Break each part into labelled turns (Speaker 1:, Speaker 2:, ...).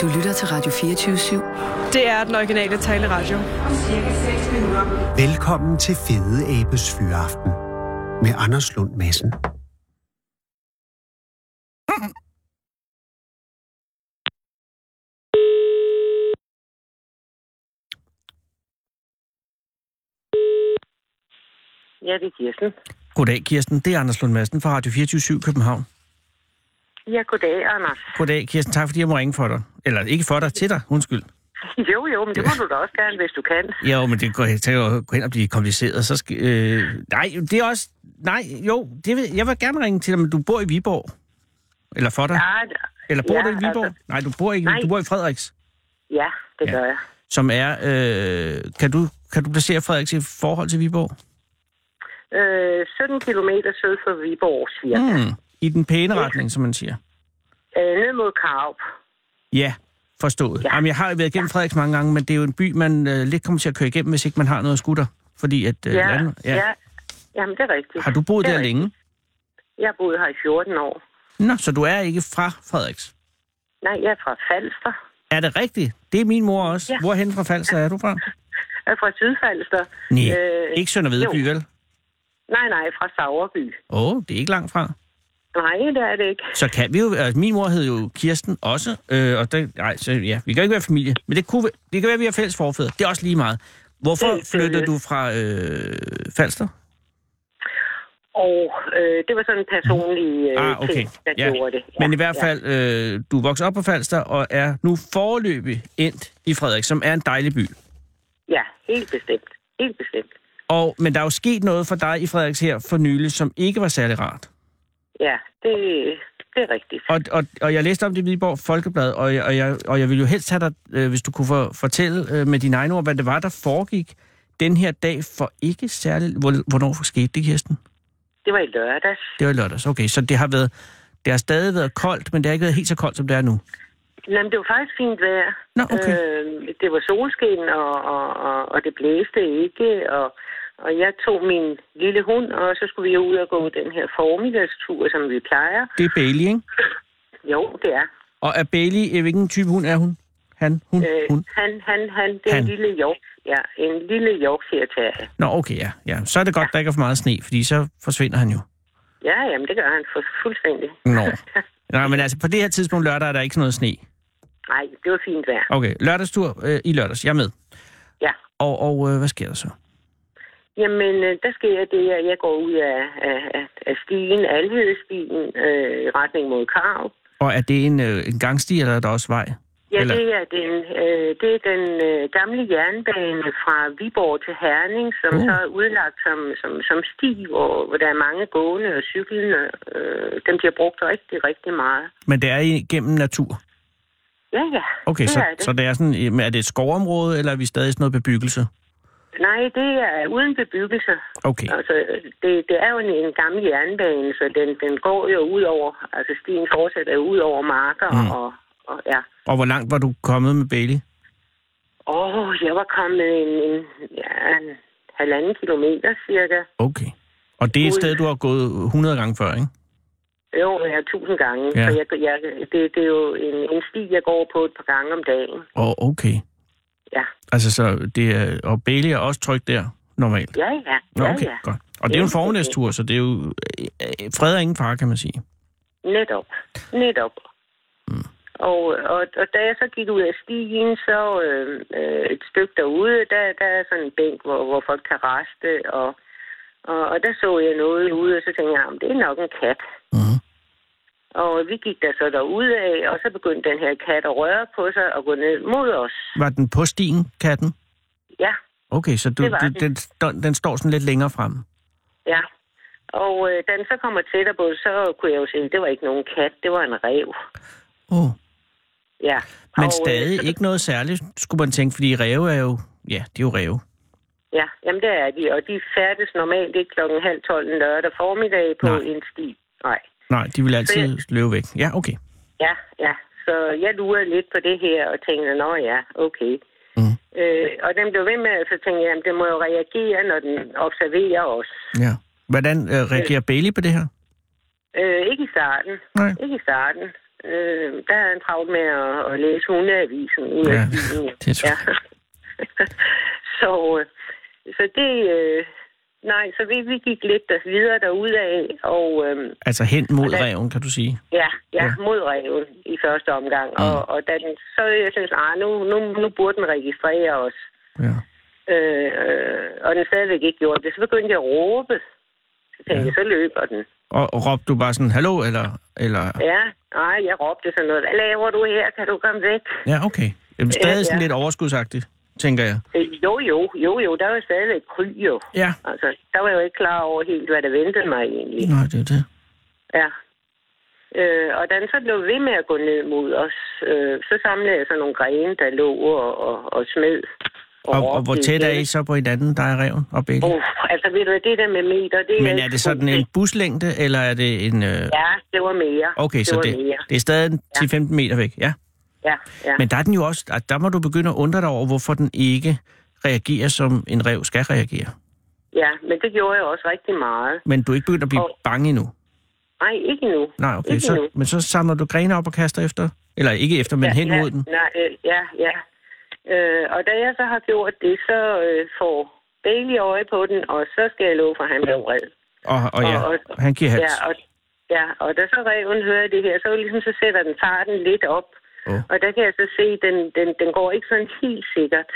Speaker 1: Du lytter til Radio 24
Speaker 2: Det er den originale taleradio.
Speaker 3: Velkommen til Fede Abes Fyraften med Anders Lund Madsen.
Speaker 4: Ja, det er Kirsten.
Speaker 5: Goddag, Kirsten. Det er Anders Lund Madsen fra Radio 24 København.
Speaker 4: Ja, goddag, Anders.
Speaker 5: Goddag, Kirsten. Tak, fordi jeg må ringe for dig. Eller ikke for dig, til dig. Undskyld.
Speaker 4: Jo, jo, men det må du da også gerne, hvis du kan.
Speaker 5: Jo, men det går til at gå hen og blive kompliceret. Så skal, øh, nej, det er også... Nej, jo. Det vil, jeg vil gerne ringe til dig, men du bor i Viborg. Eller for dig.
Speaker 4: Ja,
Speaker 5: Eller bor
Speaker 4: ja,
Speaker 5: du i Viborg?
Speaker 4: altså-
Speaker 5: nej, du bor ikke.
Speaker 4: Nej.
Speaker 5: Du bor i Frederiks,
Speaker 4: ja det
Speaker 5: Ja.
Speaker 4: gør jeg.
Speaker 5: som er... Øh, kan, du, kan du placere Frederiks i forhold til Viborg?
Speaker 4: Øh, 17 km syd for Viborg, cirka. Mm.
Speaker 5: Mm. I den pæne retning, som man siger.
Speaker 4: Øh, ned mod Karup.
Speaker 5: Ja, forstået. Ja.
Speaker 4: Ja.
Speaker 5: Jamen, jeg har jo været igennem Frederiks mange gange, men det er jo en by, man øh, lidt kommer til at køre igennem, hvis ikke man har noget skutter. Fordi at... Øh,
Speaker 4: ja,
Speaker 5: land-
Speaker 4: ja. Jamen, det er rigtigt.
Speaker 5: Har du boet
Speaker 4: Det er
Speaker 5: der
Speaker 4: rigtigt.
Speaker 5: længe?
Speaker 4: Jeg har boet her i 14 år.
Speaker 5: Nå, så du er ikke fra Frederiks.
Speaker 4: Nej, jeg er fra Falster.
Speaker 5: Er det rigtigt? Det er min mor også. Ja.
Speaker 4: Ja.
Speaker 5: Hvorhen fra Falster er du fra?
Speaker 4: Jeg er fra Sydfalster.
Speaker 5: Nej,
Speaker 4: Øh,
Speaker 5: øh, ikke Sønder Vedby,
Speaker 4: jo.
Speaker 5: vel?
Speaker 4: Nej, nej, fra Sauerby.
Speaker 5: Åh, oh, det er ikke langt fra.
Speaker 4: Nej, det er det ikke.
Speaker 5: Så kan vi jo... Altså, min mor hed jo Kirsten også, øh, og det, nej, så, ja, vi kan jo ikke være familie, men det, kunne, vi- det kan være, at vi har fælles forfædre. Det er også lige meget. Hvorfor
Speaker 4: Det- det-
Speaker 5: flyttede du fra øh, Falster?
Speaker 4: Og øh, det var sådan en personlig øh,
Speaker 5: Ah, okay.
Speaker 4: ting, der
Speaker 5: Ja.
Speaker 4: gjorde det.
Speaker 5: Men i hvert fald, øh, du er vokset op på Falster og er nu foreløbig endt i Frederik, som er en dejlig by.
Speaker 4: Ja. ja, helt bestemt. Helt bestemt.
Speaker 5: Og, men der er jo sket noget for dig i Frederiks her for nylig, som ikke var særlig rart.
Speaker 4: Ja, det, det er rigtigt.
Speaker 5: Og, og, og jeg læste om det i Viborg Folkeblad, og jeg, og jeg, og jeg ville jo helst have dig, øh, hvis du kunne for, fortælle øh, med dine egne ord, hvad det var, der foregik den her dag for ikke særlig... Hvor, hvornår skete det, Kirsten?
Speaker 4: Det var i lørdags.
Speaker 5: Det var i lørdags. Okay, så det har været... Det har stadig været koldt, men det har ikke været helt så koldt, som det er nu.
Speaker 4: Jamen, det var faktisk fint vejr.
Speaker 5: Nå, okay.
Speaker 4: Øh, det var solskin, og, og, og, og det blæste ikke, og, og jeg tog min lille hund, og så skulle vi ud og gå den her formiddagstur, som vi plejer.
Speaker 5: Det er Bailey, ikke?
Speaker 4: Jo, det er.
Speaker 5: Og er Bailey... øh, Hvilken type hund er hun? Han? Hun?
Speaker 4: Øh,
Speaker 5: hun?
Speaker 4: han, han, han, det er
Speaker 5: Han.
Speaker 4: en lille York, ja, en lille Yorkshire terrier.
Speaker 5: Nå, okay, ja. ja. Så er det godt, der ikke er for meget sne, fordi så forsvinder han jo.
Speaker 4: Ja, jamen, det gør han for fuldstændig.
Speaker 5: Nå. Nej, men altså, på det her tidspunkt lørdag er der ikke sådan noget sne.
Speaker 4: Nej, det var fint vejr.
Speaker 5: Okay, lørdagstur øh, i lørdags. Jeg er med.
Speaker 4: Ja.
Speaker 5: Og, og øh, hvad sker der så?
Speaker 4: Jamen, øh, der sker det, at jeg går ud af, af, af, af stigen, Alhedestien, øh, i retning mod Karup.
Speaker 5: Og er det en, øh, en gangsti, eller er der også vej?
Speaker 4: Ja,
Speaker 5: Eller-
Speaker 4: Eller... det er den, øh, det er den øh, gamle jernbane fra Viborg til Herning, som
Speaker 5: Uh.
Speaker 4: uh. så er udlagt som, som, som sti, hvor, hvor der er mange gående og cyklende. Øh, dem bliver brugt rigtig, rigtig meget.
Speaker 5: Men det er igennem natur.
Speaker 4: Ja, ja.
Speaker 5: Okay,
Speaker 4: det
Speaker 5: så,
Speaker 4: er det.
Speaker 5: så det er sådan, øh, men er det et skovområde, eller er vi stadig sådan noget bebyggelse?
Speaker 4: Nej, det er uden bebyggelse.
Speaker 5: Okay,
Speaker 4: Altså, det, det er jo en, en gammel jernbane, så den, den går jo ud over, altså stien fortsætter jo ud over marker
Speaker 5: Mm.
Speaker 4: mm. og, og ja.
Speaker 5: og hvor langt var du kommet med Bailey?
Speaker 4: Åh, oh, jeg var kommet en, en, ja, en halvanden kilometer cirka.
Speaker 5: Okay. Og det er et
Speaker 4: Ud.
Speaker 5: sted, du har gået 100 gange før, ikke?
Speaker 4: Jo, ja, tusind gange.
Speaker 5: Ja.
Speaker 4: Ja. Så jeg, jeg, det, det er jo en, en sti, jeg går på et par gange om dagen.
Speaker 5: Og okay.
Speaker 4: Ja,
Speaker 5: Altså, så det er, og Bailey er også tryg der, normalt?
Speaker 4: ja, ja.
Speaker 5: Nå,
Speaker 4: ja,
Speaker 5: okay,
Speaker 4: ja.
Speaker 5: godt. Og det er jo en
Speaker 4: Ja, okay.
Speaker 5: formiddagstur, så det er jo øh, øh, fred og ingen far, kan man sige.
Speaker 4: Netop. Netop. Og, og, og da jeg så gik ud af stigen, så øh, øh, et stykke derude, der, der er sådan en bænk, hvor, hvor folk kan raste, og, og, og der så jeg noget ude, og så tænkte jeg, "Jamen, det er nok en kat.
Speaker 5: Mhm.
Speaker 4: Og vi gik der så derude af, og så begyndte den her kat at røre på sig og gå ned mod os.
Speaker 5: Var den på stien, katten?
Speaker 4: Ja,
Speaker 5: Okay, så du,
Speaker 4: Det var
Speaker 5: den. Den, den, den står sådan lidt længere frem.
Speaker 4: Ja. Og øh, da den så kommer tættere på, så kunne jeg jo sige, at det var ikke nogen kat, det var en rev.
Speaker 5: Oh.
Speaker 4: Ja.
Speaker 5: Men
Speaker 4: og,
Speaker 5: stadig
Speaker 4: Øh,
Speaker 5: ikke noget særligt, skulle man tænke, fordi ræve er jo... Ja, det er jo ræve.
Speaker 4: ja, jamen det er de, og de færdes normalt ikke klokken halv tolv en lørdag formiddag på
Speaker 5: Nej.
Speaker 4: Nej. en sti. Nej.
Speaker 5: Nej, de vil altid
Speaker 4: Så
Speaker 5: løbe væk. Ja, okay.
Speaker 4: Ja, ja. Så jeg lurede lidt på det her og tænkte, nå ja, okay.
Speaker 5: Mhm.
Speaker 4: Øh, og den blev ved med, så tænkte jeg, at den må jo reagere, når den observerer os.
Speaker 5: Ja. Hvordan øh, reagerer Bailey på det her?
Speaker 4: Øh, ikke i starten.
Speaker 5: Nej.
Speaker 4: Ikke i starten. Øh, der er han travlt med at, at læse hundeavisen. i
Speaker 5: Ja,
Speaker 4: bilen,
Speaker 5: det tror jeg.
Speaker 4: så, øh, så det... Øh, nej, så vi, vi gik lidt der- videre derudad, og... Øh,
Speaker 5: Altså hen mod
Speaker 4: Hvordan-
Speaker 5: reven, kan du sige.
Speaker 4: Ja, ja,
Speaker 5: Ja.
Speaker 4: ja. mod reven i første omgang. Mm. Og, og da den, så jeg synes, ah, nu, nu, nu burde den registrere os.
Speaker 5: Ja.
Speaker 4: Øh, øh, og den stadigvæk ikke gjorde det. Så begyndte jeg at råbe. Så tænkte jeg, så løber den.
Speaker 5: Og, og råbte du bare sådan, hallo, eller... eller...
Speaker 4: Ja, nej, jeg råbte sådan noget. Hvad laver du her? Kan du komme væk?
Speaker 5: Ja, okay. Jamen,
Speaker 4: Ja,
Speaker 5: stadig sådan
Speaker 4: Øh, ja.
Speaker 5: lidt overskudsagtigt, tænker jeg.
Speaker 4: Øh, jo, jo, jo, jo, der var jeg stadigvæk kry, jo.
Speaker 5: Ja.
Speaker 4: Altså, der var jeg jo ikke klar over helt, hvad der ventede mig egentlig.
Speaker 5: Nej, det er det.
Speaker 4: Ja. Øh, og da den så blev ved med at gå ned mod os, øh, så samlede jeg så nogle grene, der lå og, og, og smed.
Speaker 5: Og, og hvor
Speaker 4: råbte
Speaker 5: tæt er I
Speaker 4: igen.
Speaker 5: så på hinanden, der er reven og begge?
Speaker 4: Uh, altså ved du, hvad, det der med meter, det
Speaker 5: Men er
Speaker 4: ikke
Speaker 5: det
Speaker 4: så
Speaker 5: sådan en
Speaker 4: godt.
Speaker 5: buslængde, eller er det en... Øh...
Speaker 4: Ja, det var mere.
Speaker 5: Okay,
Speaker 4: det
Speaker 5: så
Speaker 4: var
Speaker 5: det,
Speaker 4: Mere.
Speaker 5: det er stadig 10-15 meter væk, ja.
Speaker 4: Ja, ja.
Speaker 5: Men der er den jo også... at Der må du begynde at undre dig over, hvorfor den ikke reagerer, som en rev skal reagere.
Speaker 4: ja, men det gjorde jeg også rigtig meget.
Speaker 5: Men du er ikke begyndt at blive
Speaker 4: Og-
Speaker 5: bange endnu.
Speaker 4: Nej, ikke nu.
Speaker 5: Nej, okay.
Speaker 4: Ikke
Speaker 5: Så,
Speaker 4: endnu.
Speaker 5: men så samler du grene op og kaster efter? Eller ikke efter, men
Speaker 4: ja,
Speaker 5: hen
Speaker 4: ja,
Speaker 5: mod den?
Speaker 4: Nej, øh, ja, ja. Øh, og da jeg så har gjort det, så øh, får Bailey øje på den, og så skal jeg love for, at han blev vred.
Speaker 5: Og, og ja,
Speaker 4: og- og-
Speaker 5: han giver hals.
Speaker 4: Ja, og, ja, og da så reven hører det her, så, er det ligesom, så sætter den farten lidt op.
Speaker 5: Åh.
Speaker 4: Og der kan jeg så se, at den, den, den går ikke sådan helt sikkert.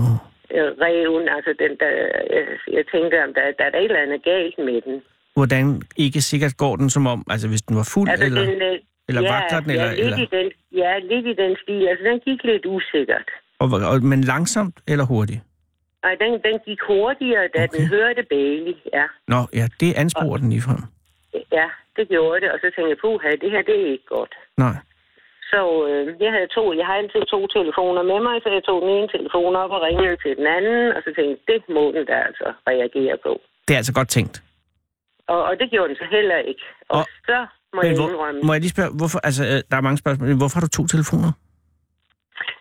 Speaker 5: Åh.
Speaker 4: øh, reven, altså den der, øh, jeg tænker, om der, der er da et eller andet galt med den.
Speaker 5: Hvordan ikke sikkert går den som om, altså hvis den var fuld,
Speaker 4: Altså
Speaker 5: eller...
Speaker 4: øh,
Speaker 5: eller
Speaker 4: ja,
Speaker 5: vakler den,
Speaker 4: ja,
Speaker 5: eller-
Speaker 4: lidt
Speaker 5: eller-
Speaker 4: I den, ja, lidt i den stil. Altså den gik lidt usikkert.
Speaker 5: Og, og, men langsomt eller hurtigt?
Speaker 4: Nej, den, den gik hurtigere, da okay. den hørte Bailey, ja.
Speaker 5: Nå, ja, det ansporer den ligefrem.
Speaker 4: Ja, det gjorde det, og så tænkte jeg, puha, det her, det er ikke godt.
Speaker 5: Nej.
Speaker 4: Så øh, jeg havde to, jeg har altid to telefoner med mig, så jeg tog den ene telefon op og ringede til den anden, og så tænkte jeg, det må den der altså reagere på.
Speaker 5: Det er altså godt tænkt.
Speaker 4: Og, og det gjorde den så heller ikke. Og,
Speaker 5: Og-
Speaker 4: og så må jeg
Speaker 5: Men
Speaker 4: indrømme...
Speaker 5: hvor, må jeg lige spørge, hvorfor, altså, øh, der er mange spørgsmål, men hvorfor har du to telefoner?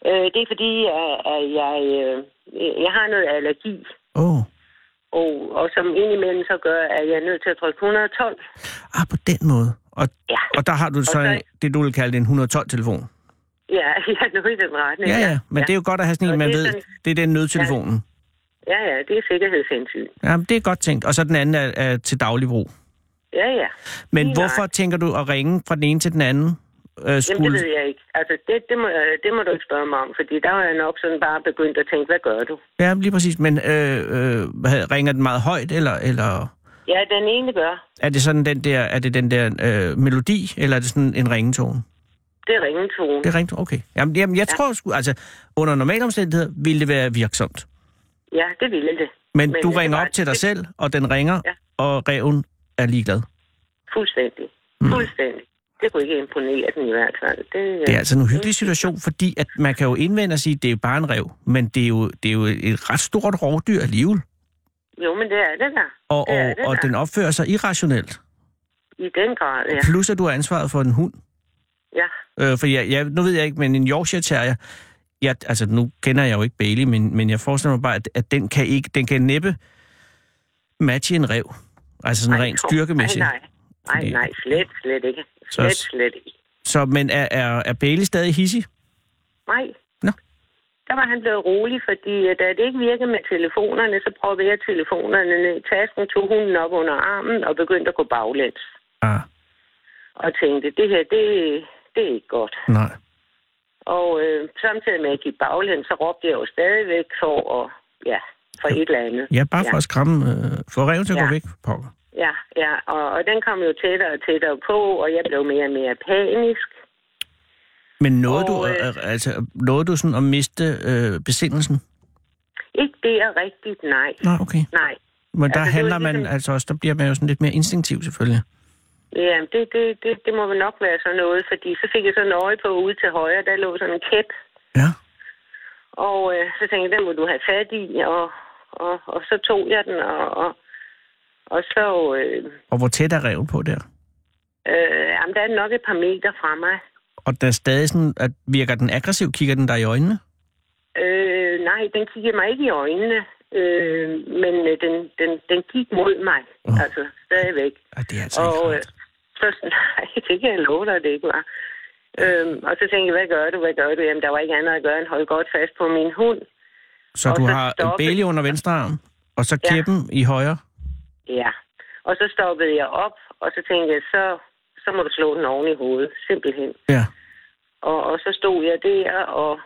Speaker 4: Øh, det er fordi, at, at jeg, øh, jeg har noget allergi,
Speaker 5: Åh, oh.
Speaker 4: og, og som indimellem så gør, at jeg er nødt til at trykke 112.
Speaker 5: ah, på den måde. Og,
Speaker 4: Ja,
Speaker 5: og der har du så
Speaker 4: Og der-
Speaker 5: en, det, du vil kalde en 112-telefon.
Speaker 4: ja jeg er noget i den retning.
Speaker 5: Ja, ja, men det er jo godt at have sådan en,
Speaker 4: Og
Speaker 5: man
Speaker 4: det er
Speaker 5: ved,
Speaker 4: sådan-
Speaker 5: det er den nødtelefonen.
Speaker 4: ja, ja, det er sikkerhedshensyn.
Speaker 5: Jamen, det er godt tænkt. Og så den anden er, er til daglig brug.
Speaker 4: Ja, ja.
Speaker 5: Men
Speaker 4: Lige
Speaker 5: hvorfor tænker du at ringe fra den ene til den anden? Øh,
Speaker 4: Jamen, det
Speaker 5: skulle...
Speaker 4: ved jeg ikke. Altså, det, det, må, øh, det må du ikke spørge mig om, fordi der var jeg nok sådan bare begyndt at tænke, hvad gør du?
Speaker 5: Ja, lige præcis. Men øh, øh, hvad- ringer den meget højt, eller, eller
Speaker 4: Ja, den ene gør.
Speaker 5: er det sådan den der, er det den der øh, melodi, eller er det sådan en ringetone?
Speaker 4: Det er ringetone.
Speaker 5: Det er ringetone, okay. Jamen, jamen jeg ja. tror sgu, altså under normale omstændigheder ville det være virksomt.
Speaker 4: Ja, det ville det.
Speaker 5: Men, Men du
Speaker 4: øh, det
Speaker 5: ringer
Speaker 4: var-
Speaker 5: op til dig
Speaker 4: det-
Speaker 5: selv, og den ringer, ja.
Speaker 4: Ja.
Speaker 5: og reven er ligeglad.
Speaker 4: Fuldstændig.
Speaker 5: Mm.
Speaker 4: Fuldstændig. Det kunne ikke imponere den i hvert fald. Det, øh,
Speaker 5: Det er altså en uhyggelig situation, fordi at man kan jo indvende og sige, at det er jo bare en rev, men det er jo, det er jo et ret stort rovdyr alligevel,
Speaker 4: Jo, men det er det der.
Speaker 5: og,
Speaker 4: det er
Speaker 5: og,
Speaker 4: det
Speaker 5: og
Speaker 4: der.
Speaker 5: den opfører sig irrationelt.
Speaker 4: I den grad, ja.
Speaker 5: Plus at du har ansvaret for en hund.
Speaker 4: Ja,
Speaker 5: Øh, for jeg, jeg, nu ved jeg ikke, men en Yorkshire Terrier, jeg, altså nu kender jeg jo ikke Bailey, men, men jeg forestiller mig bare, at, at den kan ikke, den kan næppe matche en rev. Altså sådan
Speaker 4: Ej,
Speaker 5: rent
Speaker 4: kom.
Speaker 5: styrkemæssigt.
Speaker 4: Nej, nej. Nej,
Speaker 5: Fordi-
Speaker 4: nej, slet, slet ikke. Slet,
Speaker 5: Så-
Speaker 4: slet ikke.
Speaker 5: Så, men er, er, er Bailey stadig hissig?
Speaker 4: Nej.
Speaker 5: Nå.
Speaker 4: Der var han blevet rolig, fordi øh, da det ikke virkede med telefonerne, så prøvede jeg telefonerne ned i tasken, tog hunden op under armen og begyndte at gå baglæns.
Speaker 5: Ah,
Speaker 4: Og tænkte, det her, det, det er ikke godt.
Speaker 5: nej.
Speaker 4: Og øh, samtidig med at jeg gik baglæns, så råbte jeg jo stadigvæk for, at, ja, for et eller andet.
Speaker 5: Ja, bare for
Speaker 4: Ja.
Speaker 5: at skræmme, øh, for reven til at
Speaker 4: Ja.
Speaker 5: gå væk, pokker.
Speaker 4: Ja, ja, og, og den kom jo tættere og tættere på, og jeg blev mere og mere panisk.
Speaker 5: Men nåede,
Speaker 4: Og,
Speaker 5: du,
Speaker 4: øh,
Speaker 5: øh, altså, nåede du sådan at miste øh, besindelsen?
Speaker 4: Ikke det er rigtigt, nej.
Speaker 5: Nej, okay.
Speaker 4: Nej,
Speaker 5: Men
Speaker 4: Altså,
Speaker 5: der
Speaker 4: det er jo
Speaker 5: handler man,
Speaker 4: ligesom-
Speaker 5: altså også, der bliver man jo sådan lidt mere instinktiv selvfølgelig.
Speaker 4: Ja, det, det, det, det må vel nok være sådan noget, fordi så fik jeg sådan øje på ude til højre, der lå sådan en kæp,
Speaker 5: Ja.
Speaker 4: og øh, så tænkte jeg, den må du have fat i, og, og, og så tog jeg den, og, og, og så, øh,
Speaker 5: Og hvor tæt er reven på der?
Speaker 4: øh, jamen, der er den nok et par meter fra mig.
Speaker 5: Og der er stadig sådan, at virker den aggressiv, kigger den dig i øjnene?
Speaker 4: Øh, nej, den kiggede mig ikke i øjnene, øh, men øh, den, den, den gik mod mig,
Speaker 5: Åh.
Speaker 4: altså stadigvæk.
Speaker 5: Ej, det er altså
Speaker 4: Og
Speaker 5: ikke
Speaker 4: øh,
Speaker 5: rart.
Speaker 4: så, nej, det kan jeg love dig, det ikke var. Øhm, og så tænkte jeg, hvad gør du, hvad gør du? Jamen, der var ikke andet at gøre end holde godt fast på min hund.
Speaker 5: Så
Speaker 4: Og
Speaker 5: du
Speaker 4: så
Speaker 5: har
Speaker 4: stoppe.
Speaker 5: Bailey under venstre arm, og så
Speaker 4: Ja.
Speaker 5: kæppen i højre.
Speaker 4: Ja. Og så stoppede jeg op, og så tænkte jeg, så, så må du slå den oven i hovedet, simpelthen.
Speaker 5: Ja.
Speaker 4: Og, og så stod jeg der, og,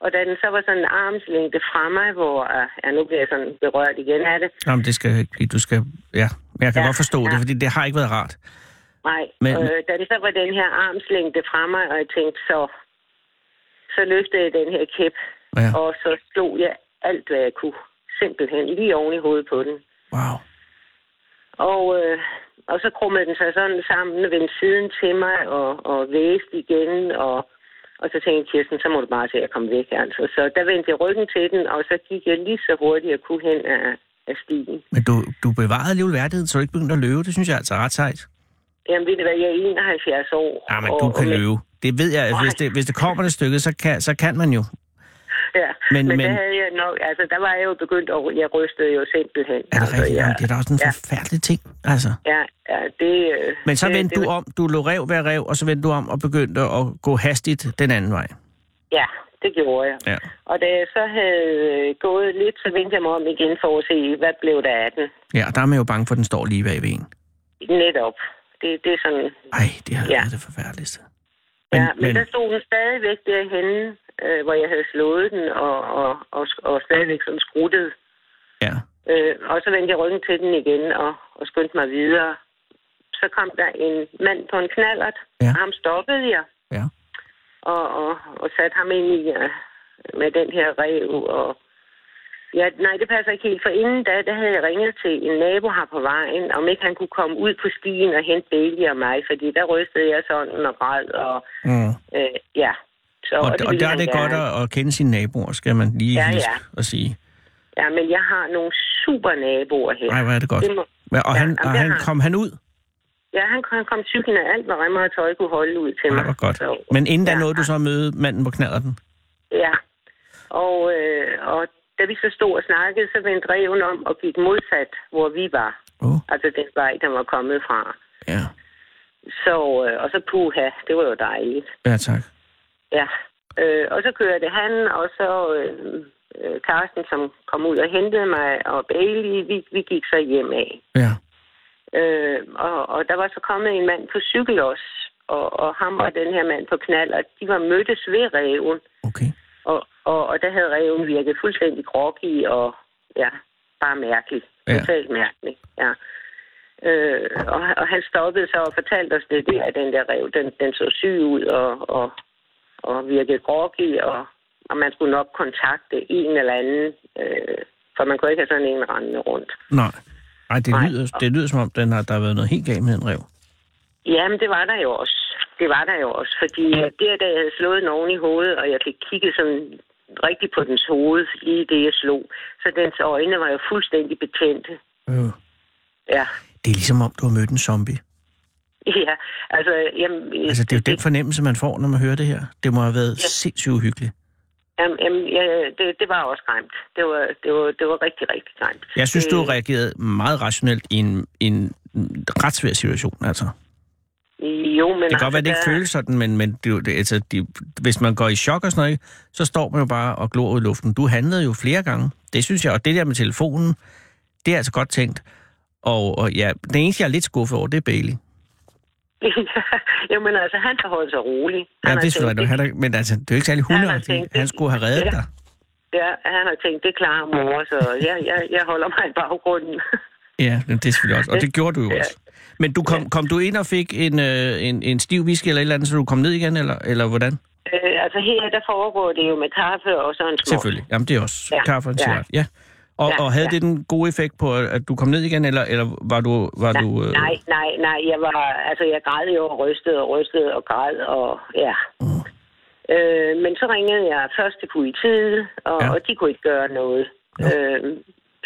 Speaker 4: og da den så var sådan en armslængde fra mig, hvor øh, ja, nu bliver jeg sådan berørt igen af det.
Speaker 5: Jamen, det skal ikke blive- du skal... Ja, men jeg kan
Speaker 4: Ja,
Speaker 5: godt forstå det,
Speaker 4: ja.
Speaker 5: fordi det har ikke været rart.
Speaker 4: Nej,
Speaker 5: Men-
Speaker 4: Men... øh, da det så var den her armslængde fra mig, og jeg tænkte, så, så løftede jeg den her kæp,
Speaker 5: Ja.
Speaker 4: og så slog jeg alt, hvad jeg kunne. Simpelthen lige oven i hovedet på den.
Speaker 5: Wow.
Speaker 4: Og, øh, og så krummede den sig sådan sammen, vendte siden til mig og, og væste igen, og, og så tænkte Kirsten, så må du bare se at komme væk. Altså. Så der vendte jeg ryggen til den, og så gik jeg lige så hurtigt, jeg kunne hen af, af stigen.
Speaker 5: Men du, du bevarede alligevel værdigheden, så du ikke begyndte at løbe. Det synes jeg altså er ret sejt.
Speaker 4: Jamen ved du hvad, jeg er 71 år.
Speaker 5: Ja, men
Speaker 4: og,
Speaker 5: du
Speaker 4: og
Speaker 5: kan
Speaker 4: men-
Speaker 5: løbe. Det ved jeg, at hvis
Speaker 4: Ej.
Speaker 5: det, hvis det kommer det stykke, så kan, så kan man jo.
Speaker 4: Ja, men,
Speaker 5: Men-
Speaker 4: men,
Speaker 5: men-
Speaker 4: der, havde jeg nok, altså, der var jeg jo begyndt, og jeg rystede jo simpelthen.
Speaker 5: Er det
Speaker 4: altså,
Speaker 5: rigtigt? Ja.
Speaker 4: ja,
Speaker 5: Det er da også en
Speaker 4: ja.
Speaker 5: forfærdelig ting, altså.
Speaker 4: ja, ja, det... øh,
Speaker 5: Men så
Speaker 4: det,
Speaker 5: vendte
Speaker 4: det,
Speaker 5: du om, du lå rev ved rev, og så vendte du om og begyndte at gå hastigt den anden vej.
Speaker 4: Ja, det gjorde jeg.
Speaker 5: Ja.
Speaker 4: Og da jeg så havde øh, gået lidt, så vendte jeg mig om igen for at se, hvad blev der af den.
Speaker 5: Ja, og der er man jo bange for, at den står lige bag ved en.
Speaker 4: Netop. Det, det er sådan...
Speaker 5: Ej, det har
Speaker 4: Ja.
Speaker 5: været det forfærdeligste.
Speaker 4: Men, ja, men,
Speaker 5: men-
Speaker 4: men der stod den stadigvæk derhenne, øh, hvor jeg havde slået den, og, og, og, og stadigvæk sådan skruttet.
Speaker 5: Ja.
Speaker 4: Øh, og så vendte jeg ryggen til den igen og, og skyndte mig videre. Så kom der en mand på en knallert,
Speaker 5: Ja.
Speaker 4: ja. og ham stoppede jeg.
Speaker 5: Ja.
Speaker 4: Og, og, og satte ham ind i øh, med den her rev. Og, ja, nej, det passer ikke helt, for inden da, der havde jeg ringet til en nabo her på vejen, om ikke han kunne komme ud på stien og hente Bailey og mig, fordi der rystede jeg sådan og græd, og
Speaker 5: Mm.
Speaker 4: øh, ja. Så,
Speaker 5: Og, og
Speaker 4: ville
Speaker 5: der er
Speaker 4: han
Speaker 5: det
Speaker 4: gerne.
Speaker 5: godt at, at kende sine naboer, skal man lige
Speaker 4: Ja,
Speaker 5: huske
Speaker 4: ja.
Speaker 5: at sige.
Speaker 4: Ja, men jeg har nogle super naboer her.
Speaker 5: Nej, hvor er det godt.
Speaker 4: Det må-
Speaker 5: Hva- Og,
Speaker 4: Ja,
Speaker 5: han,
Speaker 4: jamen,
Speaker 5: og
Speaker 4: det
Speaker 5: han,
Speaker 4: har-
Speaker 5: kom han ud?
Speaker 4: Ja, han kom, han kom cyklen af alt, hvad remmer og tøj kunne holde ud til
Speaker 5: Ja,
Speaker 4: mig.
Speaker 5: det var godt.
Speaker 4: Så,
Speaker 5: Men inden da
Speaker 4: ja,
Speaker 5: nåede du så at møde manden på knallerten?
Speaker 4: Ja, og, øh, og da vi så stod og snakkede, så vendte reven om og gik modsat, hvor vi var.
Speaker 5: Åh, oh,
Speaker 4: Altså den vej, den var kommet fra.
Speaker 5: ja.
Speaker 4: Så, øh, og så puha, det var jo dejligt.
Speaker 5: Ja, tak.
Speaker 4: Ja, øh, og så kørte han, og så øh, øh, Karsten, som kom ud og hentede mig, og Bailey, vi, vi gik så hjem af.
Speaker 5: Ja.
Speaker 4: Øh, og, og der var så kommet en mand på cykel også, og, og ham og den her mand på knald, og de var mødtes ved reven,
Speaker 5: Okay.
Speaker 4: og, og, og der havde reven virket fuldstændig groggy og ja, bare mærkelig.
Speaker 5: Ja.
Speaker 4: Ja. Totalt mærkelig, ja. Øh, og, og han stoppede så og fortalte os det der, at den der rev, den, den så syg ud og, og, og virkede groggy, og, og man skulle nok kontakte en eller anden, øh, for man kunne ikke have sådan en rendende rundt.
Speaker 5: Nej. Ej, det,
Speaker 4: Nej.
Speaker 5: lyder, det lyder som om, den har, der har været noget helt galt med den rev.
Speaker 4: Jamen, det var der jo også. Det var der jo også, fordi der, da jeg havde slået nogen i hovedet, og jeg fik kigget sådan rigtigt på dens hoved, lige det jeg slog, så dens øjne var jo fuldstændig betændte.
Speaker 5: Øh.
Speaker 4: Ja,
Speaker 5: Det er ligesom om, du har mødt en zombie.
Speaker 4: ja altså... Jamen,
Speaker 5: Altså, det er jo den fornemmelse, man får, når man hører det her. Det må have været ja.
Speaker 4: Ja.
Speaker 5: sindssygt uhyggeligt.
Speaker 4: Jamen, jamen ja, det, det var også grimt. Det var, det, var, det var rigtig, rigtig grimt.
Speaker 5: Jeg synes, du
Speaker 4: Øh,
Speaker 5: reagerede meget rationelt i en, en ret svær situation, altså.
Speaker 4: Jo, men...
Speaker 5: Det kan godt
Speaker 4: altså,
Speaker 5: være, det ikke
Speaker 4: der-
Speaker 5: føles sådan, men, men det, er jo- det, altså, de, hvis man går i chok og sådan noget, ikke, så står man jo bare og glor ud i luften. Du handlede jo flere gange. Det synes jeg, og det der med telefonen, det er altså godt tænkt. Og, og ja, den eneste, jeg er lidt skuffet over, det er Bailey.
Speaker 4: jo, men altså, han har holdt sig rolig.
Speaker 5: Ja,
Speaker 4: Han har
Speaker 5: det er selvfølgelig,
Speaker 4: tænkt,
Speaker 5: han er, men altså, det er jo ikke særlig
Speaker 4: Han har
Speaker 5: hundeagtigt.
Speaker 4: tænkt det.
Speaker 5: Han skulle have reddet
Speaker 4: Ja.
Speaker 5: dig.
Speaker 4: Ja, han har tænkt, det klarer mor, så jeg, jeg, jeg holder mig i baggrunden.
Speaker 5: Ja, men det er selvfølgelig også. Og det gjorde du jo
Speaker 4: Ja.
Speaker 5: også. Men du kom, kom du ind og fik en, øh, en, en stiv whisky eller et eller andet, så du kom ned igen, eller, eller hvordan?
Speaker 4: Øh, altså her, der foregår det jo med kaffe og sådan en små.
Speaker 5: Selvfølgelig. Jamen, det er også ja.
Speaker 4: Ja,
Speaker 5: kaffe og en
Speaker 4: ja.
Speaker 5: cigaret. Ja. Og,
Speaker 4: Ja,
Speaker 5: og havde
Speaker 4: ja.
Speaker 5: det den gode effekt på, at at du kom ned igen, eller, eller var du... Var
Speaker 4: Nej,
Speaker 5: du øh,
Speaker 4: nej, nej, nej, jeg var, altså jeg græd jo og rystede og rystede og græd og, ja.
Speaker 5: Mm.
Speaker 4: Øh, men så ringede jeg først til politiet, og,
Speaker 5: Ja.
Speaker 4: ja. og de kunne ikke gøre noget. Ja. Øh,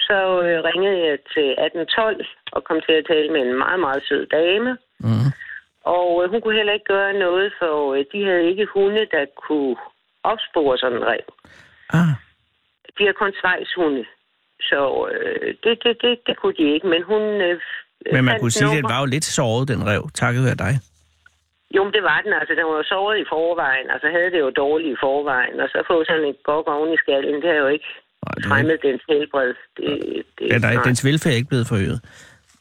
Speaker 4: så øh, ringede jeg til 1812 og kom til at tale med en meget, meget sød dame.
Speaker 5: Mm.
Speaker 4: Og øh, hun kunne heller ikke gøre noget, for øh, de havde ikke hunde, der kunne opspore sådan en rev.
Speaker 5: Ah,
Speaker 4: de har kun svejshunde. Så øh, det, det, det, det kunne de ikke, men hun... Øh,
Speaker 5: men man
Speaker 4: fandt
Speaker 5: kunne sige, at den
Speaker 4: nummer-
Speaker 5: var jo lidt såret, den rev, takket være dig.
Speaker 4: Jo, men det var den. Altså, den var jo såret i forvejen, og så havde det jo dårligt i forvejen. Og så få sådan en gok oven i skallen, det har jo ikke
Speaker 5: Nej, det er
Speaker 4: fremmet dens helbred. Det, det,
Speaker 5: Ja, der, er-
Speaker 4: nej.
Speaker 5: dens velfærd er ikke blevet forøget.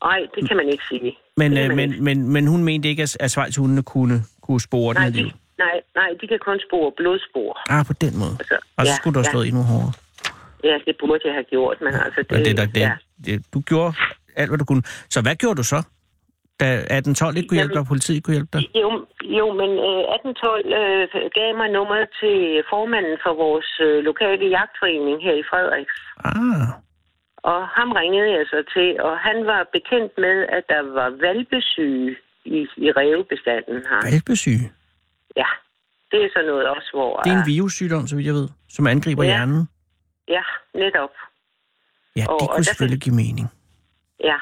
Speaker 4: nej, det kan man ikke sige.
Speaker 5: Men,
Speaker 4: Det kan man
Speaker 5: øh, men,
Speaker 4: ikke.
Speaker 5: men, men hun mente ikke, at, at Schweizhundene kunne, kunne spore
Speaker 4: nej,
Speaker 5: den liv.
Speaker 4: de, nej, nej, de kan kun spore blodspor.
Speaker 5: Ah, på den måde.
Speaker 4: Altså,
Speaker 5: Og så
Speaker 4: ja,
Speaker 5: skulle du have
Speaker 4: ja.
Speaker 5: slået endnu hårdere.
Speaker 4: Ja, det burde jeg have gjort, men altså...
Speaker 5: Det, det, der, det,
Speaker 4: Ja.
Speaker 5: det, du gjorde alt, hvad du kunne. Så hvad gjorde du så? Da 1812 ikke kunne hjælpe dig, og politiet kunne hjælpe dig?
Speaker 4: Jo, jo, men øh, 1812 øh, gav mig nummeret til formanden for vores øh, lokale jagtforening her i Frederiks.
Speaker 5: Ah,
Speaker 4: Og ham ringede jeg så til, og han var bekendt med, at der var valpesyge i, i revbestanden her.
Speaker 5: valpesyge.
Speaker 4: Ja, det er sådan noget også, hvor...
Speaker 5: Det er en virussygdom, så vidt jeg ved, som angriber
Speaker 4: Ja.
Speaker 5: hjernen.
Speaker 4: Ja, netop.
Speaker 5: Ja,
Speaker 4: Og-
Speaker 5: det
Speaker 4: og
Speaker 5: kunne
Speaker 4: derfor-
Speaker 5: selvfølgelig give mening.
Speaker 4: Ja,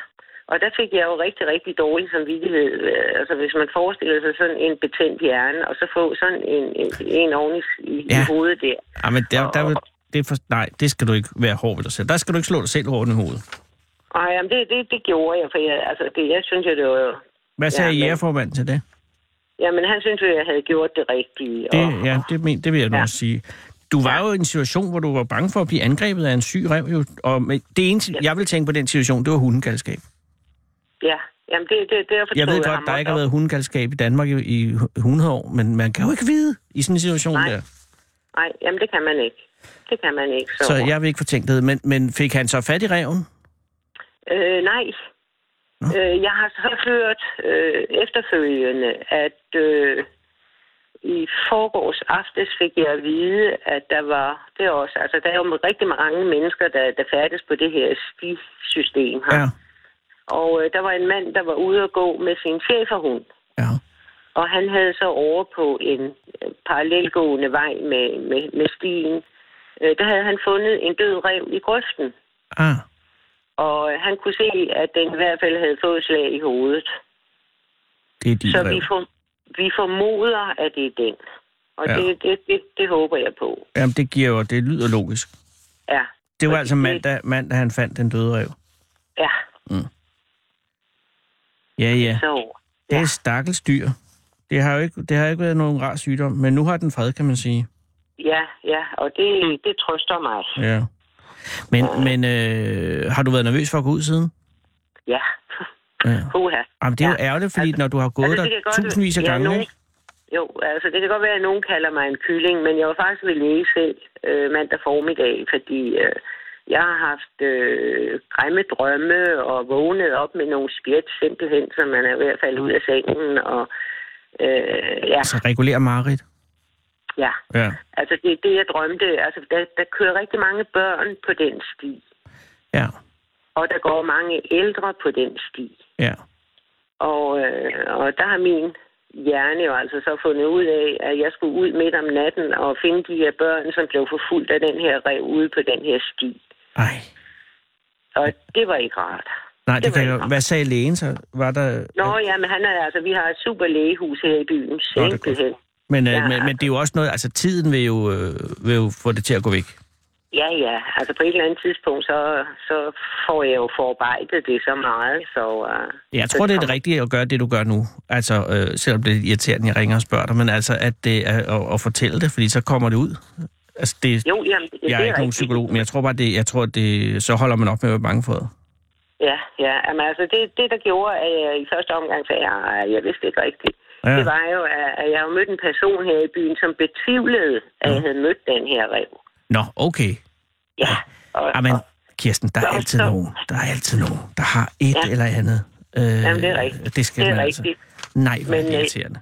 Speaker 4: og der fik jeg jo rigtig, rigtig dårlig samvittighed. Øh, Altså, hvis man forestiller sig sådan en betændt hjerne, og så få sådan en, en, en oven i, i
Speaker 5: Ja.
Speaker 4: ja. hovedet der.
Speaker 5: Ah, men der, der,
Speaker 4: Og-
Speaker 5: vil, det er for, nej, det skal du ikke være hård ved dig selv. Der skal du ikke slå dig selv over i hovedet.
Speaker 4: Ej, jamen, det, det, det gjorde jeg, for jeg, altså, det, jeg synes jo, det var...
Speaker 5: Hvad sagde
Speaker 4: Ja,
Speaker 5: ja,
Speaker 4: men-
Speaker 5: jægerformanden til det?
Speaker 4: Jamen, han synes jo, jeg havde gjort det rigtige.
Speaker 5: Det,
Speaker 4: og,
Speaker 5: ja, det, men, det vil jeg nu
Speaker 4: Ja.
Speaker 5: også sige. Du var jo i en situation, hvor du var bange for at blive angrebet af en syg rev. Jo, og med- det eneste, jeg ville tænke på den situation, det var hundegalskab.
Speaker 4: ja. Jamen, det, det, derfor
Speaker 5: Jeg ved
Speaker 4: tog
Speaker 5: godt,
Speaker 4: ham
Speaker 5: der
Speaker 4: op
Speaker 5: ikke har
Speaker 4: og-
Speaker 5: været hundegalskab i Danmark i, i 100 år, men man kan jo ikke vide i sådan en situation
Speaker 4: Nej.
Speaker 5: der.
Speaker 4: Nej, jamen, det kan man ikke. Det kan man ikke. Så,
Speaker 5: Så jeg vil ikke fortænke det. Men, men fik han så fat i reven?
Speaker 4: Øh, nej. Øh, jeg har så hørt øh, efterfølgende, at øh, i forgårs aftes fik jeg at vide, at der var, det er også, altså der er jo rigtig mange mennesker, der, der færdes på det her stisystem her. Ja.
Speaker 5: Ja.
Speaker 4: Og øh, der var en mand, der var ude at gå med sin cheferhund.
Speaker 5: ja.
Speaker 4: Og han havde så over på en øh, parallelgående vej med, med, med stien. Øh, der havde han fundet en død rev i grøften.
Speaker 5: Ah,
Speaker 4: Og øh, han kunne se, at den i hvert fald havde fået slag i hovedet.
Speaker 5: det er dit
Speaker 4: Så
Speaker 5: rev.
Speaker 4: vi, for, vi formoder, at det er den. Og
Speaker 5: Ja.
Speaker 4: ja. det, det, det, det håber jeg på.
Speaker 5: Jamen, det, giver jo, det lyder logisk.
Speaker 4: Ja,
Speaker 5: Det var
Speaker 4: Fordi
Speaker 5: altså
Speaker 4: det-
Speaker 5: mandag, mandag, han fandt den døde rev.
Speaker 4: ja,
Speaker 5: Ja, ja.
Speaker 4: så.
Speaker 5: Det er
Speaker 4: Ja.
Speaker 5: et stakkels dyr. Det har jo ikke, det har ikke været nogen rar sygdom, men nu har den fred, kan man sige.
Speaker 4: Ja, ja, og det, det trøster mig.
Speaker 5: Ja. Men, men øh, har du været nervøs for at gå ud siden?
Speaker 4: Ja,
Speaker 5: Ja.
Speaker 4: puha.
Speaker 5: Jamen, det er jo
Speaker 4: Ja.
Speaker 5: ærgerligt, fordi når du har gået
Speaker 4: Altså,
Speaker 5: altså,
Speaker 4: det
Speaker 5: der
Speaker 4: kan godt-
Speaker 5: tusindvis af
Speaker 4: ja,
Speaker 5: gange,
Speaker 4: nogen-
Speaker 5: ikke?
Speaker 4: Jo, altså det kan godt være, at nogen kalder mig en kylling, men jeg var faktisk ved læge selv øh, mandag formiddag, fordi øh, jeg har haft øh, grimme drømme og vågnet op med nogle spjæt simpelthen, så man er ved at falde ud af sengen. Og, øh, ja,
Speaker 5: altså regulær Marit.
Speaker 4: ja.
Speaker 5: Ja.
Speaker 4: Altså det er det, jeg drømte. Altså der, der kører rigtig mange børn på den sti,
Speaker 5: Ja,
Speaker 4: og der går mange ældre på den sti.
Speaker 5: ja.
Speaker 4: Og, øh, og der har min hjerne jo altså så fundet ud af, at jeg skulle ud midt om natten og finde de her børn, som blev forfulgt af den her rev ude på den her sti.
Speaker 5: Ej.
Speaker 4: Og det var ikke rart.
Speaker 5: Nej, det,
Speaker 4: Det var
Speaker 5: kan
Speaker 4: ikke
Speaker 5: jeg,
Speaker 4: godt.
Speaker 5: Hvad sagde lægen så? Var der...
Speaker 4: Nå ja, men han er altså, vi har et super lægehus her i byen,
Speaker 5: Nå, det er godt.
Speaker 4: simpelthen.
Speaker 5: Men, øh,
Speaker 4: ja.
Speaker 5: men, men det er jo også noget... Altså, tiden vil jo, øh, vil jo få det til at gå væk.
Speaker 4: Ja, ja, altså på et eller andet tidspunkt, så, så får jeg jo forarbejdet det så meget, så... Uh,
Speaker 5: Jeg tror, det er det rigtige at gøre det, du gør nu. Altså, øh, selvom det er lidt irriterende, jeg ringer og spørger dig, men altså, at, det er, at, at fortælle det, fordi så kommer det ud. Altså, det,
Speaker 4: Jo, jamen, det, det
Speaker 5: jeg er ikke nogen
Speaker 4: rigtigt.
Speaker 5: psykolog, men jeg tror bare, det, jeg tror, det, så holder man op med at være bange for det.
Speaker 4: Ja, ja. Jamen, altså, det, det, der gjorde, at jeg i første omgang sagde, at jeg vidste ikke rigtigt,
Speaker 5: Ja.
Speaker 4: ja. det var jo, at at jeg jo mødte en person her i byen, som betvivlede, at jeg havde mødt den her rev.
Speaker 5: Nå, okay.
Speaker 4: Ja. Og,
Speaker 5: Amen,
Speaker 4: og,
Speaker 5: Kirsten, der er
Speaker 4: Nå,
Speaker 5: altid
Speaker 4: så-
Speaker 5: nogen. Der er altid nogen, der har et ja.
Speaker 4: Ja.
Speaker 5: eller andet. Øh, Jamen,
Speaker 4: det er rigtigt.
Speaker 5: Det skal
Speaker 4: Det er
Speaker 5: man altså.
Speaker 4: rigtigt.
Speaker 5: Nej, hvor er
Speaker 4: Men,
Speaker 5: det
Speaker 4: øh,
Speaker 5: irriterende.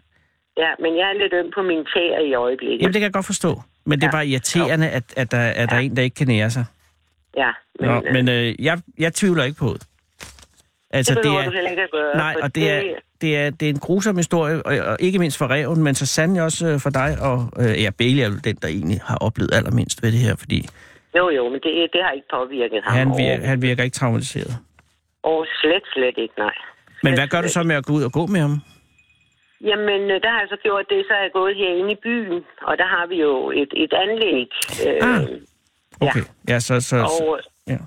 Speaker 4: ja, men jeg er lidt øm på mine tæer i øjeblikket.
Speaker 5: Jamen, det kan jeg godt forstå. Men det er
Speaker 4: Ja.
Speaker 5: bare irriterende, at, at, der, at der er en, der ikke kan nære sig.
Speaker 4: Ja, men,
Speaker 5: Nå,
Speaker 4: øh,
Speaker 5: men øh, jeg, jeg tvivler ikke på det. Altså,
Speaker 4: det
Speaker 5: det,
Speaker 4: behøver
Speaker 5: er,
Speaker 4: du heller ikke at gøre.
Speaker 5: Nej,
Speaker 4: for
Speaker 5: og det er, det er, det er en grusom historie, og, og ikke mindst for Reven, men så sandelig også øh, for dig, og øh, ja, Bailey er jo den, der egentlig har oplevet allermindst ved det her, fordi
Speaker 4: Jo, jo, men det, det har ikke påvirket ham.
Speaker 5: han,
Speaker 4: over-
Speaker 5: vir, han virker ikke traumatiseret.
Speaker 4: Og slet, slet ikke, nej.
Speaker 5: Men hvad gør du så med at gå ud og gå med ham?
Speaker 4: Jamen, øh, der har jeg så gjort det, så er jeg gået herinde i byen, og der har vi jo et, et anlæg. Øh,
Speaker 5: Ah, Okay, ja, så, så, så
Speaker 4: Og,
Speaker 5: ja.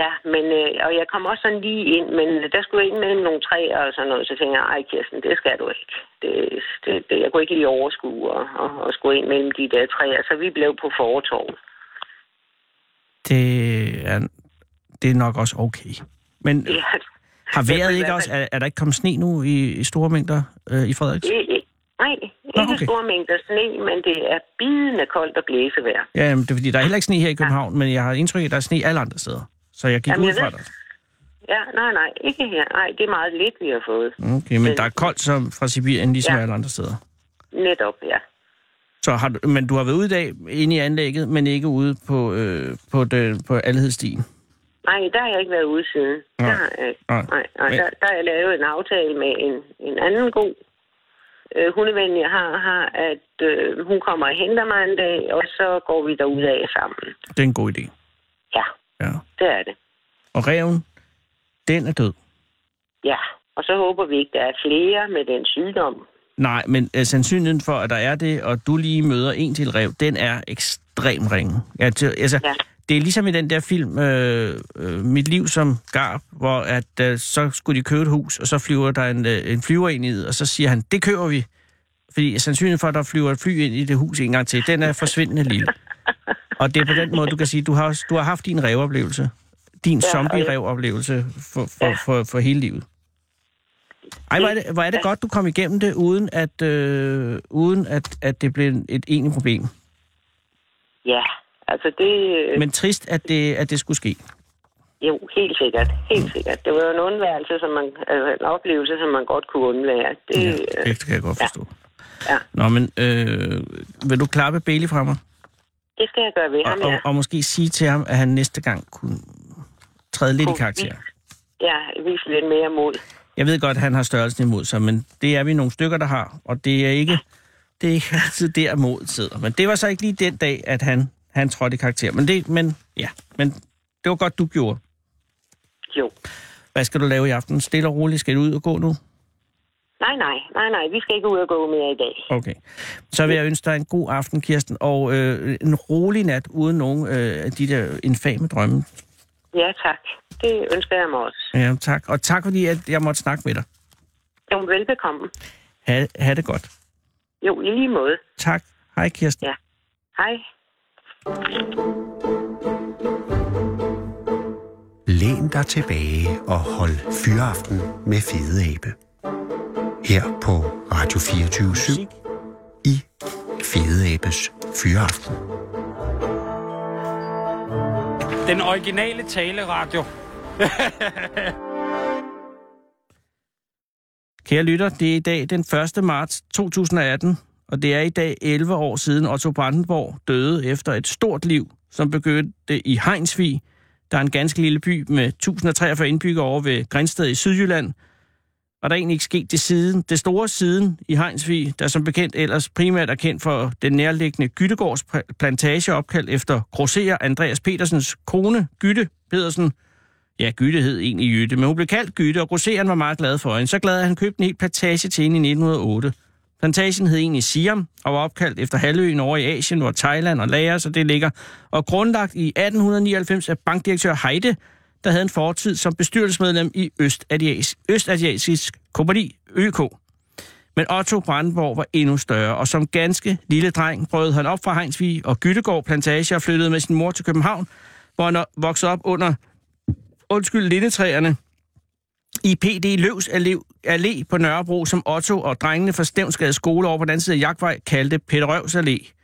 Speaker 4: Ja, men, øh, og jeg kom også sådan lige ind, men der skulle jeg ind mellem nogle træer og sådan noget, så tænkte jeg, ej Kirsten, det skal du ikke. Det, det, det, jeg kunne ikke lige overskue og, og, og skulle ind mellem de der træer, så vi blev på fortorvet.
Speaker 5: Det er, det er nok også okay. Men
Speaker 4: Ja,
Speaker 5: har
Speaker 4: det
Speaker 5: vejret
Speaker 4: kunne
Speaker 5: ikke
Speaker 4: være-
Speaker 5: også... Er, er der ikke kommet sne nu i, i store mængder øh, i Frederiks?
Speaker 4: i, i, nej, ikke
Speaker 5: okay.
Speaker 4: okay. store mængder sne, men det er bidende koldt og blæsevejr.
Speaker 5: Ja, jamen, det er fordi, der er heller ikke sne her i København, men jeg har indtryk af, at der er sne alle andre steder. Så jeg gik
Speaker 4: Jamen,
Speaker 5: ud
Speaker 4: jeg
Speaker 5: fra
Speaker 4: ved-
Speaker 5: dig.
Speaker 4: Ja, nej, nej, ikke her. Nej, det er meget lidt, vi har fået.
Speaker 5: Okay, men
Speaker 4: Men-
Speaker 5: der er koldt som fra Sibirien, ligesom ja.
Speaker 4: Ja.
Speaker 5: alle andre steder.
Speaker 4: Netop, ja.
Speaker 5: Så har du, men du har været ude i dag inde i anlægget, men ikke ude på, øh, på, det, på Alhedstien.
Speaker 4: Nej, der har jeg ikke været ude siden.
Speaker 5: Nej.
Speaker 4: Der har jeg ikke.
Speaker 5: Nej.
Speaker 4: Nej, nej, nej.
Speaker 5: Men-
Speaker 4: Der, der har jeg lavet en aftale med en, en anden god øh, hundeven, jeg har, har at øh, hun kommer og henter mig en dag, og så går vi derud af sammen.
Speaker 5: Det er en god idé.
Speaker 4: Ja,
Speaker 5: Ja.
Speaker 4: det er det.
Speaker 5: Og reven, den er død.
Speaker 4: Ja, og så håber vi ikke, der er flere med den sygdom.
Speaker 5: Nej, men øh, sandsynligheden for, at der er det, og du lige møder en til rev, den er ekstrem ringe. Ja, til, altså, ja.
Speaker 4: Ja.
Speaker 5: Det er ligesom i den der film, øh, øh, Mit liv som garb, hvor at, øh, så skulle de købe et hus, og så flyver der en, øh, en flyver ind i det, og så siger han, det køber vi. Fordi sandsynligheden for, at der flyver et fly ind i det hus en gang til, den er forsvindende lille. og det er på den måde, du kan sige, du har, også- du har haft din revoplevelse. Din
Speaker 4: Ja,
Speaker 5: ja,
Speaker 4: og jeg-
Speaker 5: zombie-revoplevelse for, for,
Speaker 4: Ja.
Speaker 5: ja. for, for, for hele livet. Ej, hvor er det, hvor er det godt, du kom igennem det, uden at, øh, uden at, at det blev et egentligt problem.
Speaker 4: Ja, altså det... Øh,
Speaker 5: Men trist, at det, at det skulle ske.
Speaker 4: Jo, helt sikkert. Helt sikkert. Det var jo en undværelse, som man, altså en oplevelse, som man godt kunne undvære. Det,
Speaker 5: Ja,
Speaker 4: øh,
Speaker 5: det kan jeg godt forstå.
Speaker 4: Ja.
Speaker 5: Nå, men øh, vil du klappe Bailey fra mig?
Speaker 4: det skal jeg gøre ved
Speaker 5: Og,
Speaker 4: ham,
Speaker 5: og,
Speaker 4: ja.
Speaker 5: og måske sige til ham, at han næste gang kunne træde lidt i karakter.
Speaker 4: Ja, vise lidt mere mod.
Speaker 5: Jeg ved godt, at han har størrelsen imod sig, men det er vi nogle stykker, der har. Og det er ikke, det er ikke altid der mod sidder. Men det var så ikke lige den dag, at han, han trådte i karakter. Men, det, men, ja, men det var godt, du gjorde.
Speaker 4: Jo.
Speaker 5: Hvad skal du lave i aften? Stille og roligt. Skal du ud og gå nu?
Speaker 4: Nej, nej, nej, nej. Vi skal ikke ud og gå mere i dag.
Speaker 5: Okay. Så vil jeg ønske dig en god aften, Kirsten, og øh, en rolig nat uden nogen øh, af de der infame drømme.
Speaker 4: Ja, tak. Det ønsker jeg mig også.
Speaker 5: Ja, tak. Og tak fordi, at jeg måtte snakke med dig.
Speaker 4: Jo, velbekomme.
Speaker 5: Ha, ha det godt.
Speaker 4: Jo, i lige måde.
Speaker 5: Tak. Hej, Kirsten.
Speaker 4: Ja. Hej.
Speaker 3: Læn dig tilbage og hold fyraften med Fede Abe. Her på Radio 24 7 i Fede Abes Fyraften.
Speaker 1: Den originale taleradio.
Speaker 5: Kære lytter, det er i dag den 1. marts 2018, og det er i dag 11 år siden Otto Brandenborg døde efter et stort liv, som begyndte i Heinsvig, der er en ganske lille by med 1043 indbyggere over ved Grænsted i Sydjylland. Og der er egentlig ikke sket det siden. Det store siden i Heinsvig, der som bekendt ellers primært er kendt for den nærliggende Gyttegårds pla- plantage, opkaldt efter grosserer Andreas Petersens kone, Gytte Pedersen, Ja, Gytte hed egentlig Jytte, men hun blev kaldt Gytte, og grosseren var meget glad for hende. Så glad, at han købte en hel plantage til hende i 1908. Plantagen hed egentlig Siam, og var opkaldt efter halvøen over i Asien, hvor Thailand og Laos og det ligger, og grundlagt i 1899 af bankdirektør Heide, der havde en fortid som bestyrelsesmedlem i Østasiatisk, Østasiatisk Kompani, ØK. Men Otto Brandenborg var endnu større, og som ganske lille dreng brød han op fra Heinsvig og Gyttegård Plantage og flyttede med sin mor til København, hvor han voksede op under undskyld, lindetræerne i PD Løvs Allé- Allé på Nørrebro, som Otto og drengene fra Stævnsgade skole over på den anden side af Jagtvej kaldte Peter Røvs Allé.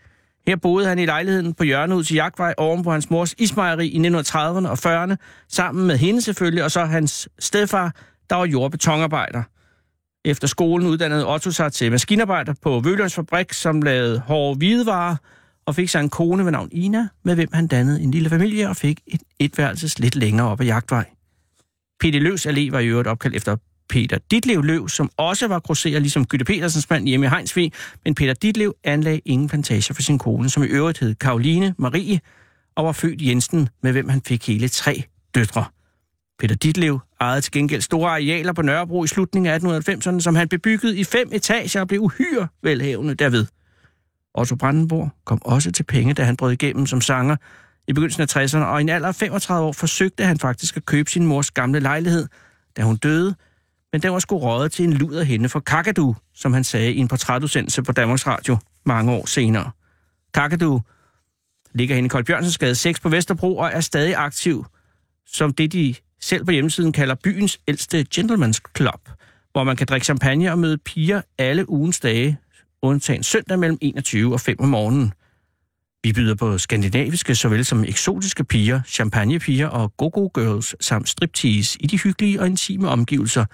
Speaker 5: Her boede han i lejligheden på hjørnet ud til Jagtvej oven på hans mors ismejeri i 1930'erne og 40'erne, sammen med hende selvfølgelig, og så hans stedfar, der var jordbetonarbejder. Efter skolen uddannede Otto sig til maskinarbejder på Vølunds Fabrik, som lavede hårde hvidevarer, og fik sig en kone ved navn Ina, med hvem han dannede en lille familie og fik et etværelses lidt længere op ad jagtvej. Peter Løvs Allé var i øvrigt opkaldt efter Peter Ditlev Løv, som også var grosserer ligesom Gytte Petersens mand hjemme i Heinsvig, men Peter Ditlev anlagde ingen plantager for sin kone, som i øvrigt hed Karoline Marie, og var født Jensen, med hvem han fik hele tre døtre. Peter Ditlev ejede til gengæld store arealer på Nørrebro i slutningen af 1890'erne, som han bebyggede i fem etager og blev uhyre velhavende derved. Otto Brandenborg kom også til penge, da han brød igennem som sanger i begyndelsen af 60'erne, og i en alder af 35 år forsøgte han faktisk at købe sin mors gamle lejlighed, da hun døde, men den var sgu røget til en luder hende for Kakadu, som han sagde i en portrætudsendelse på Danmarks Radio mange år senere. Kakadu ligger henne i Kold Bjørnsens gade 6 på Vesterbro og er stadig aktiv som det, de selv på hjemmesiden kalder byens ældste gentleman's club, hvor man kan drikke champagne og møde piger alle ugens dage, undtagen søndag mellem 21 og 5 om morgenen. Vi byder på skandinaviske såvel som eksotiske piger, champagnepiger og go-go girls samt striptease i de hyggelige og intime omgivelser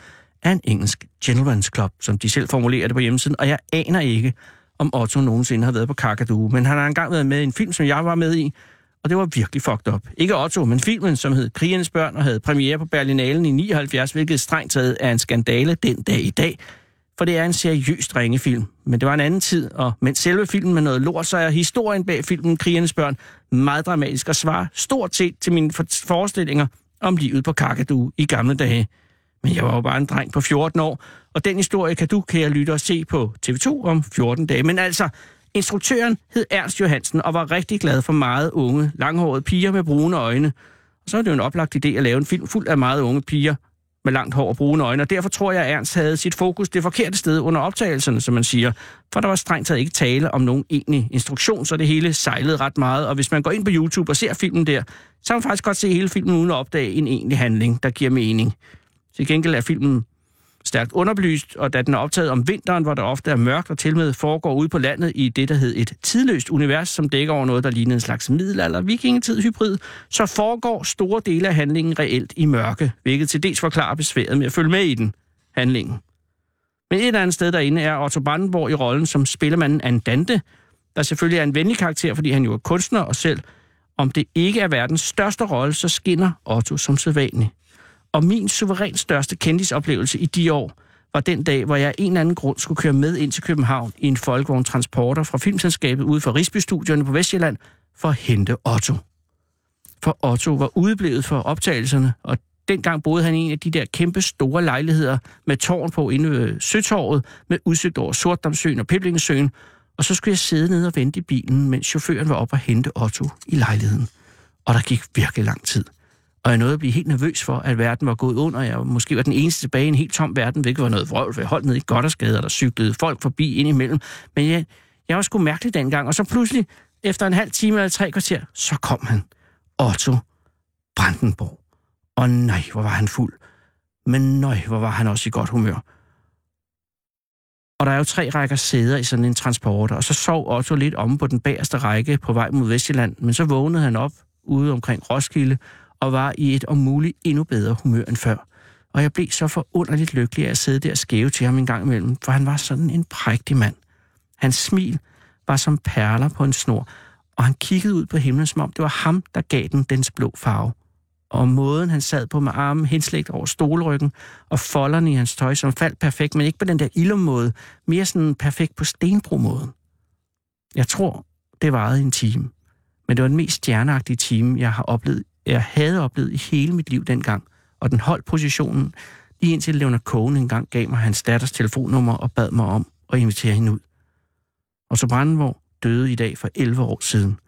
Speaker 5: af en engelsk gentleman's club, som de selv formulerer det på hjemmesiden, og jeg aner ikke, om Otto nogensinde har været på Kakadu, men han har engang været med i en film, som jeg var med i, og det var virkelig fucked up. Ikke Otto, men filmen, som hed Krigens Børn og havde premiere på Berlinalen i 79, hvilket strengt taget er en skandale den dag i dag, for det er en seriøst ringe film. Men det var en anden tid, og mens selve filmen er noget lort, så er historien bag filmen Krigens Børn meget dramatisk og svarer stort set til mine for- forestillinger om livet på Kakadu i gamle dage. Men jeg var jo bare en dreng på 14 år, og den historie kan du, kære lytte, og se på TV2 om 14 dage. Men altså, instruktøren hed Ernst Johansen og var rigtig glad for meget unge, langhårede piger med brune øjne. Og så er det jo en oplagt idé at lave en film fuld af meget unge piger med langt hår og brune øjne, og derfor tror jeg, at Ernst havde sit fokus det forkerte sted under optagelserne, som man siger, for der var strengt taget ikke tale om nogen egentlig instruktion, så det hele sejlede ret meget, og hvis man går ind på YouTube og ser filmen der, så kan man faktisk godt se hele filmen uden at opdage en egentlig handling, der giver mening. Til gengæld er filmen stærkt underbelyst, og da den er optaget om vinteren, hvor der ofte er mørkt og til med foregår ude på landet i det, der hed et tidløst univers, som dækker over noget, der ligner en slags middelalder vikingetid hybrid, så foregår store dele af handlingen reelt i mørke, hvilket til dels forklarer besværet med at følge med i den handlingen. Men et eller andet sted derinde er Otto Brandenborg i rollen som spillemanden Andante, der selvfølgelig er en venlig karakter, fordi han jo er kunstner, og selv om det ikke er verdens største rolle, så skinner Otto som sædvanlig. Og min suverænt største kendisoplevelse i de år var den dag, hvor jeg af en eller anden grund skulle køre med ind til København i en folkevogn transporter fra filmselskabet ude for Risbystudierne på Vestjylland for at hente Otto. For Otto var udeblevet for optagelserne, og dengang boede han i en af de der kæmpe store lejligheder med tårn på inde ved Søtorvet, med udsigt over Sortdamsøen og Piblingesøen, og så skulle jeg sidde nede og vente i bilen, mens chaufføren var op og hente Otto i lejligheden. Og der gik virkelig lang tid. Og jeg nåede at blive helt nervøs for, at verden var gået under. Jeg måske var den eneste tilbage i en helt tom verden, hvilket var noget vrøvl, for jeg holdt ned i Goddersgade, og der cyklede folk forbi indimellem. Men jeg, jeg var sgu mærkelig dengang. Og så pludselig, efter en halv time eller tre kvarter, så kom han. Otto Brandenborg. Og nej, hvor var han fuld. Men nej, hvor var han også i godt humør. Og der er jo tre rækker sæder i sådan en transporter, og så sov Otto lidt omme på den bagerste række på vej mod Vestjylland, men så vågnede han op ude omkring Roskilde, og var i et om muligt endnu bedre humør end før. Og jeg blev så forunderligt lykkelig af at sidde der og skæve til ham en gang imellem, for han var sådan en prægtig mand. Hans smil var som perler på en snor, og han kiggede ud på himlen, som om det var ham, der gav den dens blå farve. Og måden, han sad på med armen henslægt over stolryggen, og folderne i hans tøj, som faldt perfekt, men ikke på den der ildom måde, mere sådan perfekt på stenbro-måden. Jeg tror, det varede en time. Men det var den mest stjerneagtige time, jeg har oplevet, jeg havde oplevet i hele mit liv dengang. Og den holdt positionen, lige indtil Leonard Cohen engang gav mig hans datters telefonnummer og bad mig om at invitere hende ud. Og så Brandenborg døde i dag for 11 år siden.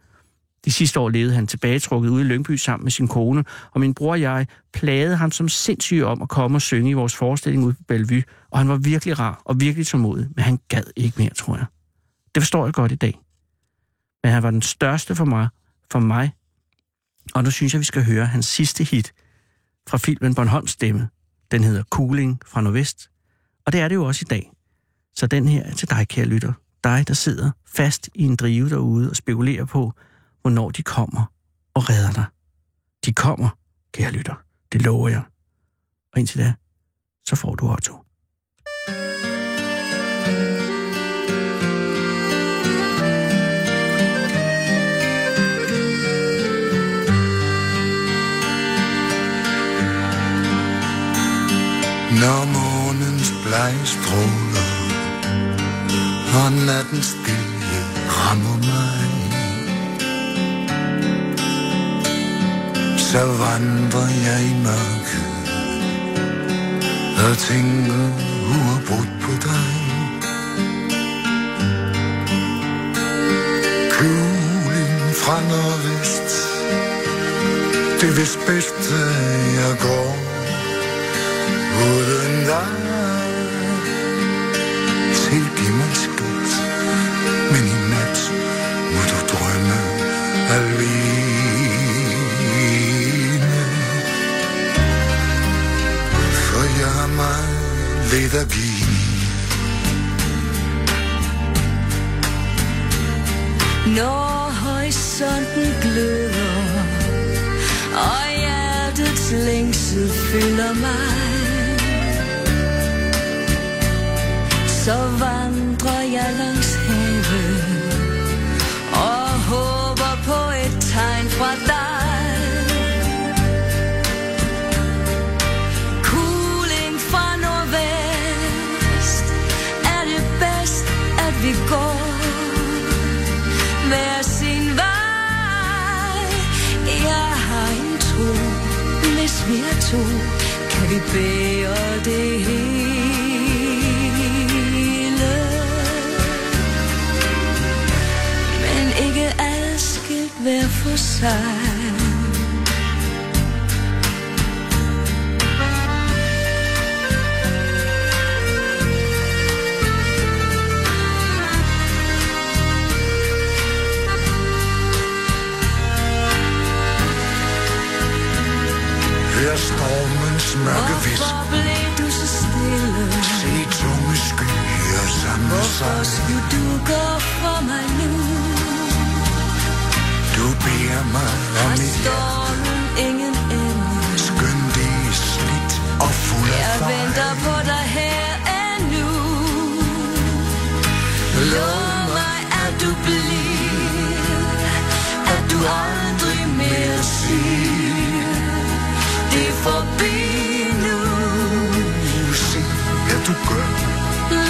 Speaker 5: De sidste år levede han tilbagetrukket ude i Lyngby sammen med sin kone, og min bror og jeg plagede ham som sindssyge om at komme og synge i vores forestilling ude på Bellevue, og han var virkelig rar og virkelig tålmodig, men han gad ikke mere, tror jeg. Det forstår jeg godt i dag men han var den største for mig, for mig. Og nu synes jeg, vi skal høre hans sidste hit fra filmen Bornholms Stemme. Den hedder Cooling fra Nordvest, og det er det jo også i dag. Så den her er til dig, kære lytter. Dig, der sidder fast i en drive derude og spekulerer på, hvornår de kommer og redder dig. De kommer, kære lytter. Det lover jeg. Og indtil da, så får du Otto.
Speaker 6: Når månens blege stråler Og nattens stillhed rammer mig Så vandrer jeg i mørket Og tænker uafbrudt på dig Kuglen fra nordvest Det er vist bedste, jeg går uden dig. Tilgiv mig skat, men i nat må du drømme alene. For jeg har meget lidt at give.
Speaker 7: Når horisonten gløder Og hjertets længsel fylder mig Så vandrer jeg langs havet Og håber på et tegn fra dig Kuling fra nordvest Er det bedst, at vi går hver sin vej. Jeg har en tro, hvis vi er to, kan vi bære det hele. Men ikke alt skal være for sig.
Speaker 6: Hør stormens mørke visk.
Speaker 7: Hvorfor blev du så stille?
Speaker 6: Se tunge skyer samle sig.
Speaker 7: Hvorfor skulle du gå fra mig nu?
Speaker 6: Du beder mig om
Speaker 7: Har
Speaker 6: mit hjerte.
Speaker 7: stormen ingen ende?
Speaker 6: Skøn det er slidt og fuld af
Speaker 7: Jeg
Speaker 6: fejl.
Speaker 7: venter på dig her endnu Lov mig, at du bliver At du aldrig mere siger Det er forbi nu
Speaker 6: Nu se, at du gør.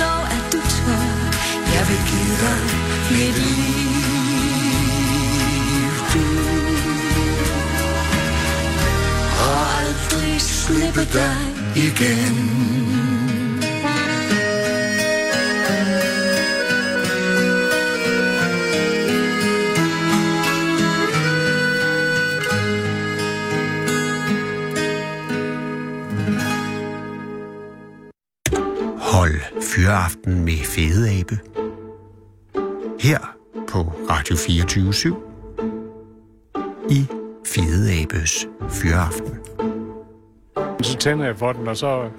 Speaker 7: Lov, at du tør Jeg vil give dig mit liv Du Og aldrig slippe dig
Speaker 6: igen.
Speaker 3: Hold Fyraften med Fede Abe. Her på Radio 24 i Fede Abes Fyraften.
Speaker 8: Så tænder jeg for den, og så,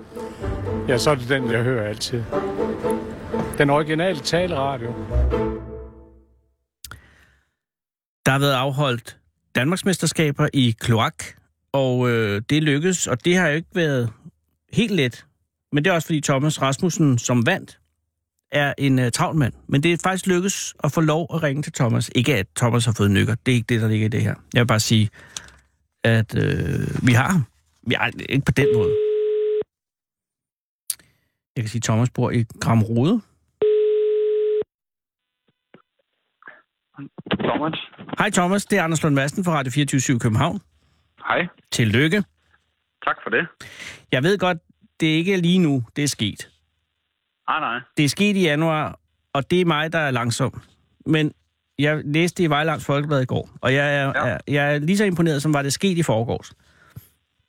Speaker 8: ja, så er det den, jeg hører altid. Den originale taleradio.
Speaker 5: Der har været afholdt Danmarksmesterskaber i kloak, og øh, det lykkedes, og det har jo ikke været helt let. Men det er også fordi Thomas Rasmussen, som vandt, er en øh, travl mand. Men det er faktisk lykkedes at få lov at ringe til Thomas. Ikke at Thomas har fået nykker, det er ikke det, der ligger i det her. Jeg vil bare sige, at øh, vi har ham. Vi har ikke på den måde. Jeg kan sige, at Thomas bor i Gram Rode.
Speaker 9: Thomas.
Speaker 5: Hej Thomas, det er Anders Lund Madsen fra Radio 24 København.
Speaker 9: Hej.
Speaker 5: Tillykke.
Speaker 9: Tak for det.
Speaker 5: Jeg ved godt, det er ikke lige nu, det er sket.
Speaker 9: Nej, Ah, nej.
Speaker 5: Det er sket i januar, og det er mig, der er langsom. Men jeg læste i Vejlands Folkeblad i går, og jeg er, ja.
Speaker 9: Ja.
Speaker 5: er, jeg er lige så imponeret, som var det sket i forgårs.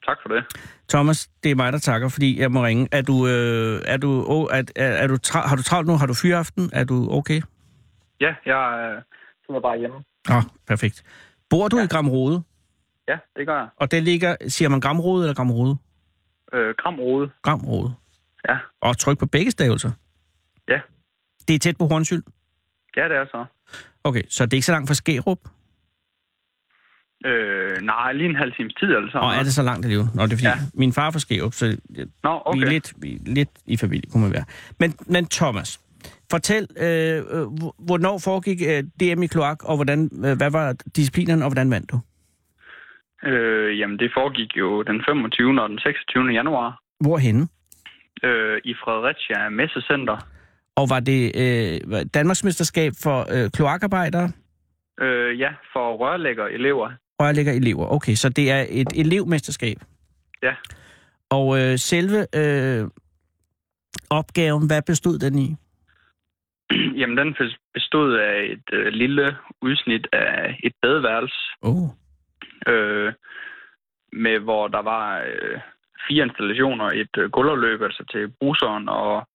Speaker 9: Tak for det.
Speaker 5: Thomas, det er mig, der takker, fordi jeg må ringe. Er du, øh, er du, oh, er, er, er du tra- har du travlt nu? Har du fyraften? Er du okay?
Speaker 9: Ja, jeg øh, sidder bare hjemme.
Speaker 5: Nå, perfekt. Bor du ja. i Gramrode?
Speaker 9: Ja, det gør jeg.
Speaker 5: Og det ligger, siger man Gramrode eller Gramrode?
Speaker 9: Øh, Kram Rode.
Speaker 5: Gramrode.
Speaker 9: Ja.
Speaker 5: Og tryk på begge stavelser.
Speaker 9: Ja.
Speaker 5: Det er tæt på Hornsyld.
Speaker 9: ja, det er så.
Speaker 5: Okay, så det er ikke så langt fra Skærup?
Speaker 9: Øh, nej, lige en halv times tid altså. eller sådan
Speaker 5: Og er det så langt alligevel? Nå, det er fordi, ja.
Speaker 9: Ja.
Speaker 5: min far er fra Skærup, så
Speaker 9: Nå,
Speaker 5: okay. vi,
Speaker 9: okay.
Speaker 5: er lidt, vi er lidt i familie, kunne man være. Men, men Thomas, fortæl, øh, øh, hvor- hvornår foregik øh, DM i kloak, og hvordan, øh, hvad var disciplinerne, og hvordan vandt du?
Speaker 9: Øh, jamen, det foregik jo den 25. og den 26. januar
Speaker 5: Hvorhenne?
Speaker 9: øh, i Fredericia Messecenter.
Speaker 5: Og var det øh, var- Danmarksmesterskab for øh, kloakarbejdere,
Speaker 9: Øh, ja, for rørlægger elever.
Speaker 5: rørlægger elever? Okay, så det er et elevmesterskab.
Speaker 9: Ja.
Speaker 5: Og øh, selve øh, opgaven, hvad bestod den i?
Speaker 9: jamen, den bestod af et øh, lille udsnit af et badeværelse,
Speaker 5: Åh, oh,
Speaker 9: øh, med hvor der var øh, fire installationer, et øh, gulverløb altså til bruseren og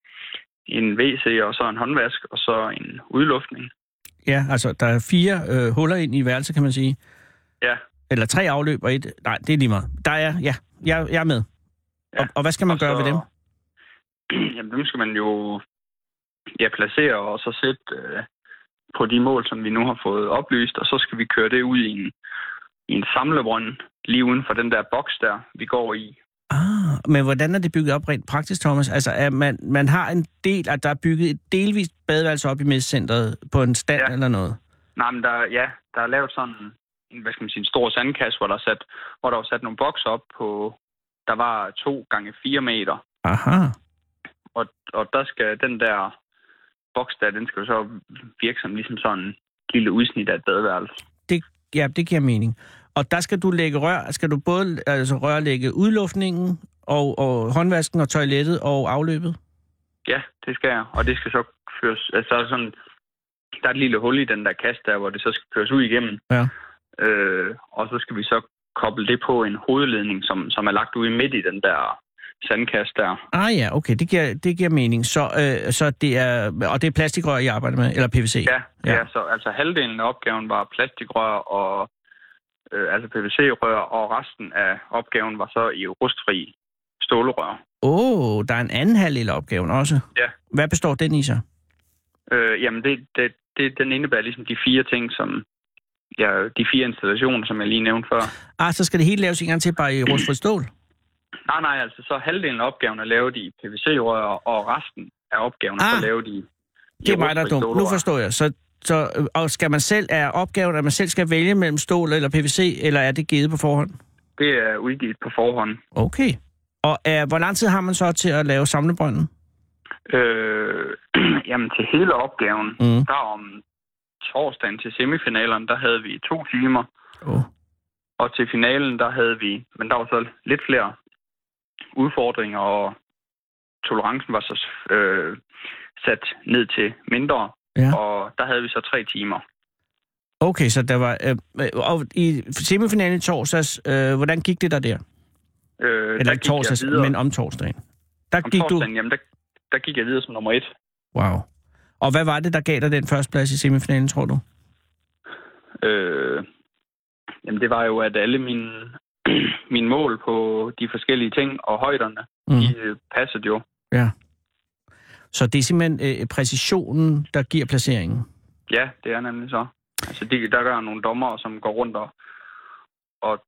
Speaker 9: en WC og så en håndvask og så en udluftning.
Speaker 5: Ja, altså, der er fire øh, huller ind i værelset, kan man sige.
Speaker 9: Ja,
Speaker 5: Eller tre afløb og et... Nej, det er lige meget. Der er... Ja, jeg, jeg er med. Ja.
Speaker 9: Ja.
Speaker 5: Og, og hvad skal man
Speaker 9: Og
Speaker 5: gøre
Speaker 9: så-
Speaker 5: ved dem?
Speaker 9: Jamen, dem skal man jo ja, placere og så sætte øh, på de mål, som vi nu har fået oplyst, og så skal vi køre det ud i en, i en samlebrønd lige uden for den der boks der, vi går i.
Speaker 5: Ah, men hvordan er det bygget op rent praktisk, Thomas? Altså, at man, man har en del, at der er bygget et delvist badeværelse op i messecenteret på en stand ja.
Speaker 9: Ja.
Speaker 5: eller noget?
Speaker 9: Nej, men der, ja, der er lavet sådan en, hvad skal man sige, en stor sandkasse, hvor der, er sat, hvor der var sat nogle bokser op på, der var to gange 4 meter,
Speaker 5: Aha.
Speaker 9: og, og der skal den der boks der, den skal jo så virke som ligesom sådan en lille udsnit af et badeværelse.
Speaker 5: Det, ja, det giver mening. Og der skal du lægge rør, skal du både altså rørlægge udluftningen og, og håndvasken og toilettet og afløbet?
Speaker 9: Ja, det skal jeg. Og det skal så køres... Altså, der er sådan, der er et lille hul i den der kasse der, hvor det så skal køres ud igennem.
Speaker 5: Ja.
Speaker 9: Øh, og så skal vi så koble det på en hovedledning, som, som er lagt ude midt i den der sandkasse der.
Speaker 5: Ah ja, okay, det giver, det giver mening. Så, øh, så det er, og det er plastikrør, I arbejder med, eller PVC?
Speaker 9: Ja,
Speaker 5: Ja.
Speaker 9: ja. ja så altså halvdelen af opgaven var plastikrør og øh, altså PVC-rør, og resten af opgaven var så i rustfri stålrør.
Speaker 5: Åh, oh, der er en anden halvdel af opgaven også.
Speaker 9: Ja.
Speaker 5: Hvad består den i så?
Speaker 9: Øh, jamen, det, det, det, den indebærer ligesom de fire ting, som... Ja, de fire installationer, som jeg lige nævnte før.
Speaker 5: Ah, så skal det hele laves en gang til bare i rustfrit stål?
Speaker 9: Nej, nej, altså så halvdelen af opgaven er lavet i PVC-rør, og resten af opgaven er
Speaker 5: Ah.
Speaker 9: så lavet i...
Speaker 5: Det er mig, der er dum. Nu forstår jeg. Så, så, øh, og skal man selv, er opgaven, at man selv skal vælge mellem stål eller PVC, eller er det givet på forhånd?
Speaker 9: Det er udgivet på forhånd.
Speaker 5: Okay. Og øh, hvor lang tid har man så til at lave samlebrønden?
Speaker 9: Øh, jamen til hele opgaven,
Speaker 5: Mm.
Speaker 9: mm. der om torsdagen til semifinalerne, der havde vi to timer,
Speaker 5: Oh.
Speaker 9: og til finalen, der havde vi... Men der var så lidt flere udfordringer, og tolerancen var så øh, sat ned til mindre,
Speaker 5: Ja.
Speaker 9: og der havde vi så tre timer.
Speaker 5: Okay, så der var... Øh, øh, og i semifinalen i torsdags, øh, hvordan gik det der der?
Speaker 9: Øh,
Speaker 5: Eller
Speaker 9: der
Speaker 5: ikke
Speaker 9: gik jeg
Speaker 5: torsdags,
Speaker 9: videre.
Speaker 5: men om torsdagen. Der
Speaker 9: Om
Speaker 5: gik
Speaker 9: torsdagen, jamen, der, der gik jeg videre som nummer et.
Speaker 5: du... Wow. Og hvad var det, der gav dig den førsteplads i semifinalen, tror du?
Speaker 9: Øh, jamen, det var jo, at alle mine, mine mål på de forskellige ting og højderne, mm. de øh, passede jo.
Speaker 5: Så det er simpelthen øh, præcisionen, der giver placeringen.
Speaker 9: Ja, det er nemlig så. Altså, de, der er nogle dommer, som går rundt og, og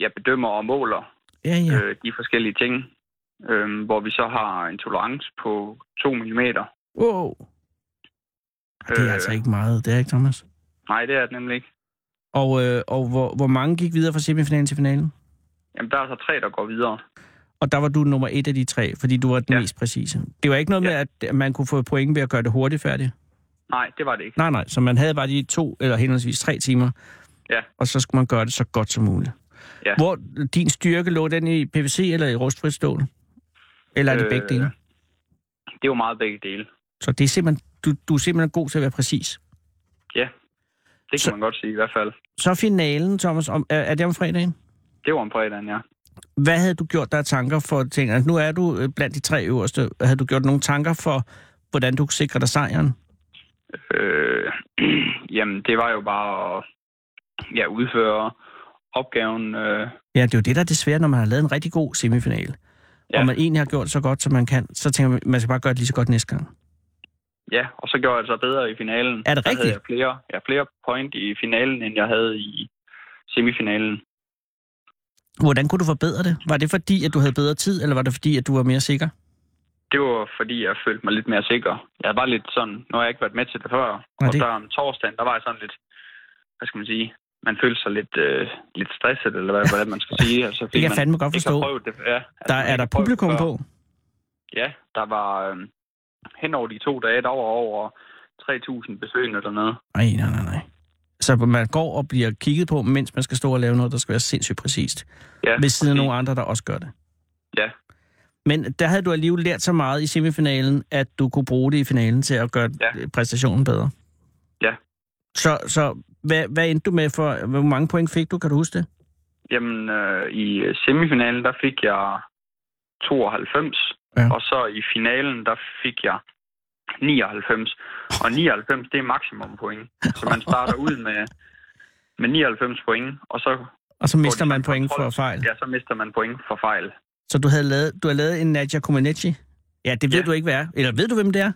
Speaker 9: ja, bedømmer og måler
Speaker 5: Ja, ja.
Speaker 9: ja. øh, de forskellige ting. Øh, hvor vi så har en tolerance på 2 mm.
Speaker 5: Wow. Ej, Det er
Speaker 9: Øh.
Speaker 5: altså ikke meget, det er ikke, Thomas.
Speaker 9: Nej, det er det nemlig ikke.
Speaker 5: Og, øh, og hvor, hvor mange gik videre fra semifinalen til finalen?
Speaker 9: Jamen, der er så tre, der går videre.
Speaker 5: Og der var du nummer et af de tre, fordi du var den ja.
Speaker 9: Ja.
Speaker 5: mest præcise. Det var ikke noget ja. med, at- at man kunne få point ved at gøre det hurtigt færdigt.
Speaker 9: Nej, det var det ikke.
Speaker 5: Nej, nej. Så man havde bare de to, eller henholdsvis tre timer.
Speaker 9: Ja.
Speaker 5: Og så skulle man gøre det så godt som muligt.
Speaker 9: Ja.
Speaker 5: Hvor din styrke lå den i PVC eller i rustfrit stål? Eller er det øh...
Speaker 9: Øh.
Speaker 5: begge dele?
Speaker 9: Det var meget begge dele.
Speaker 5: Så det er simpelthen, du, du er simpelthen god til at være præcis.
Speaker 9: Ja, det kan
Speaker 5: Så-
Speaker 9: så... man godt sige i hvert fald.
Speaker 5: Så finalen, Thomas, om, er, er det om fredagen?
Speaker 9: Det var om fredagen, ja.
Speaker 5: Hvad havde du gjort der af tanker for ting? Altså, nu er du øh, blandt de tre øverste. Havde du gjort nogle tanker for, hvordan du sikrer dig sejren?
Speaker 9: Øh, jamen, det var jo bare at ja, udføre opgaven. Øh,
Speaker 5: Ja, det er jo det, der er det svære, når man har lavet en rigtig god semifinal. Ja.
Speaker 9: Ja.
Speaker 5: Og man egentlig har gjort så godt, som man kan, så tænker man, man skal bare gøre det lige så godt næste gang.
Speaker 9: ja, og så gjorde jeg altså bedre i finalen.
Speaker 5: Er det
Speaker 9: Der
Speaker 5: rigtigt?
Speaker 9: Havde jeg, flere, jeg flere point i finalen, end jeg havde i semifinalen.
Speaker 5: Hvordan kunne du forbedre det? Var det fordi, at du havde bedre tid, eller var det fordi, at du var mere sikker?
Speaker 9: Det var, fordi jeg følte mig lidt mere sikker. Jeg var lidt sådan, nu har jeg ikke været med til det før.
Speaker 5: Nej,
Speaker 9: og
Speaker 5: det-
Speaker 9: så om torsdagen, der var jeg sådan lidt, hvad skal man sige, man følte sig lidt, øh, lidt stresset, eller hvad, hvordan man skal sige. Altså, fordi
Speaker 5: kan jeg
Speaker 9: man
Speaker 5: fandme godt
Speaker 9: ikke har
Speaker 5: forstå.
Speaker 9: prøvet Det, ja, altså,
Speaker 5: Der
Speaker 9: man
Speaker 5: er
Speaker 9: ikke
Speaker 5: der
Speaker 9: har prøvet det
Speaker 5: publikum
Speaker 9: før.
Speaker 5: på.
Speaker 9: Ja, der var øh, hen over de to dage, der var over 3.000 besøgende dernede.
Speaker 5: Nej, nej, nej, nej. Så man går og bliver kigget på, mens man skal stå og lave noget, der skal være sindssygt præcist.
Speaker 9: Ja,
Speaker 5: Ved siden af
Speaker 9: præcis.
Speaker 5: nogle andre, der også gør det.
Speaker 9: Ja,
Speaker 5: Men der havde du alligevel lært så meget i semifinalen, at du kunne bruge det i finalen til at gøre ja.
Speaker 9: Ja.
Speaker 5: præstationen bedre.
Speaker 9: Ja.
Speaker 5: Så, så hvad, hvad endte du med for... Hvor mange point fik du? Kan du huske det?
Speaker 9: Jamen, øh, i semifinalen, der fik jeg 92,
Speaker 5: Ja.
Speaker 9: ja. og så i finalen, der fik jeg 99. Og 99, det er maksimum point. Så man starter ud med, med 99 point, og så...
Speaker 5: Og så mister
Speaker 9: går de
Speaker 5: man
Speaker 9: til
Speaker 5: point for
Speaker 9: kontrol.
Speaker 5: fejl.
Speaker 9: Ja, så mister man point for fejl.
Speaker 5: Så du, havde lavet, du har lavet en Nadia Comaneci? Ja, det ved
Speaker 9: Ja.
Speaker 5: du ikke, hvad er. Eller ved du, hvem det er?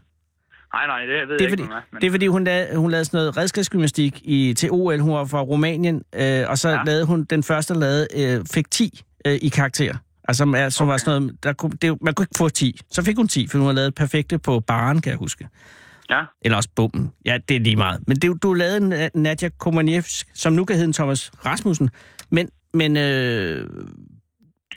Speaker 9: Nej, nej, det ved
Speaker 5: Det
Speaker 9: jeg
Speaker 5: er
Speaker 9: ikke,
Speaker 5: fordi-
Speaker 9: hvem er, men
Speaker 5: Det er fordi, hun lavede, hun lavede sådan noget redskabsgymnastik i, til OL. Hun var fra Rumænien, øh, og så ja.
Speaker 9: Ja.
Speaker 5: lavede hun den første, der lavede, øh, fik 10 øh, i karakter. Altså, som, er, som okay. var sådan noget, der kunne, det, man kunne ikke få 10. Så fik hun 10, for hun havde lavet perfekte på baren, kan jeg huske.
Speaker 9: Ja.
Speaker 5: Eller også bomben. Ja, det er lige meget. Men det, du lavede en øh, Nadia Komanevsk, som nu kan hedde en Thomas Rasmussen. Men, men øh,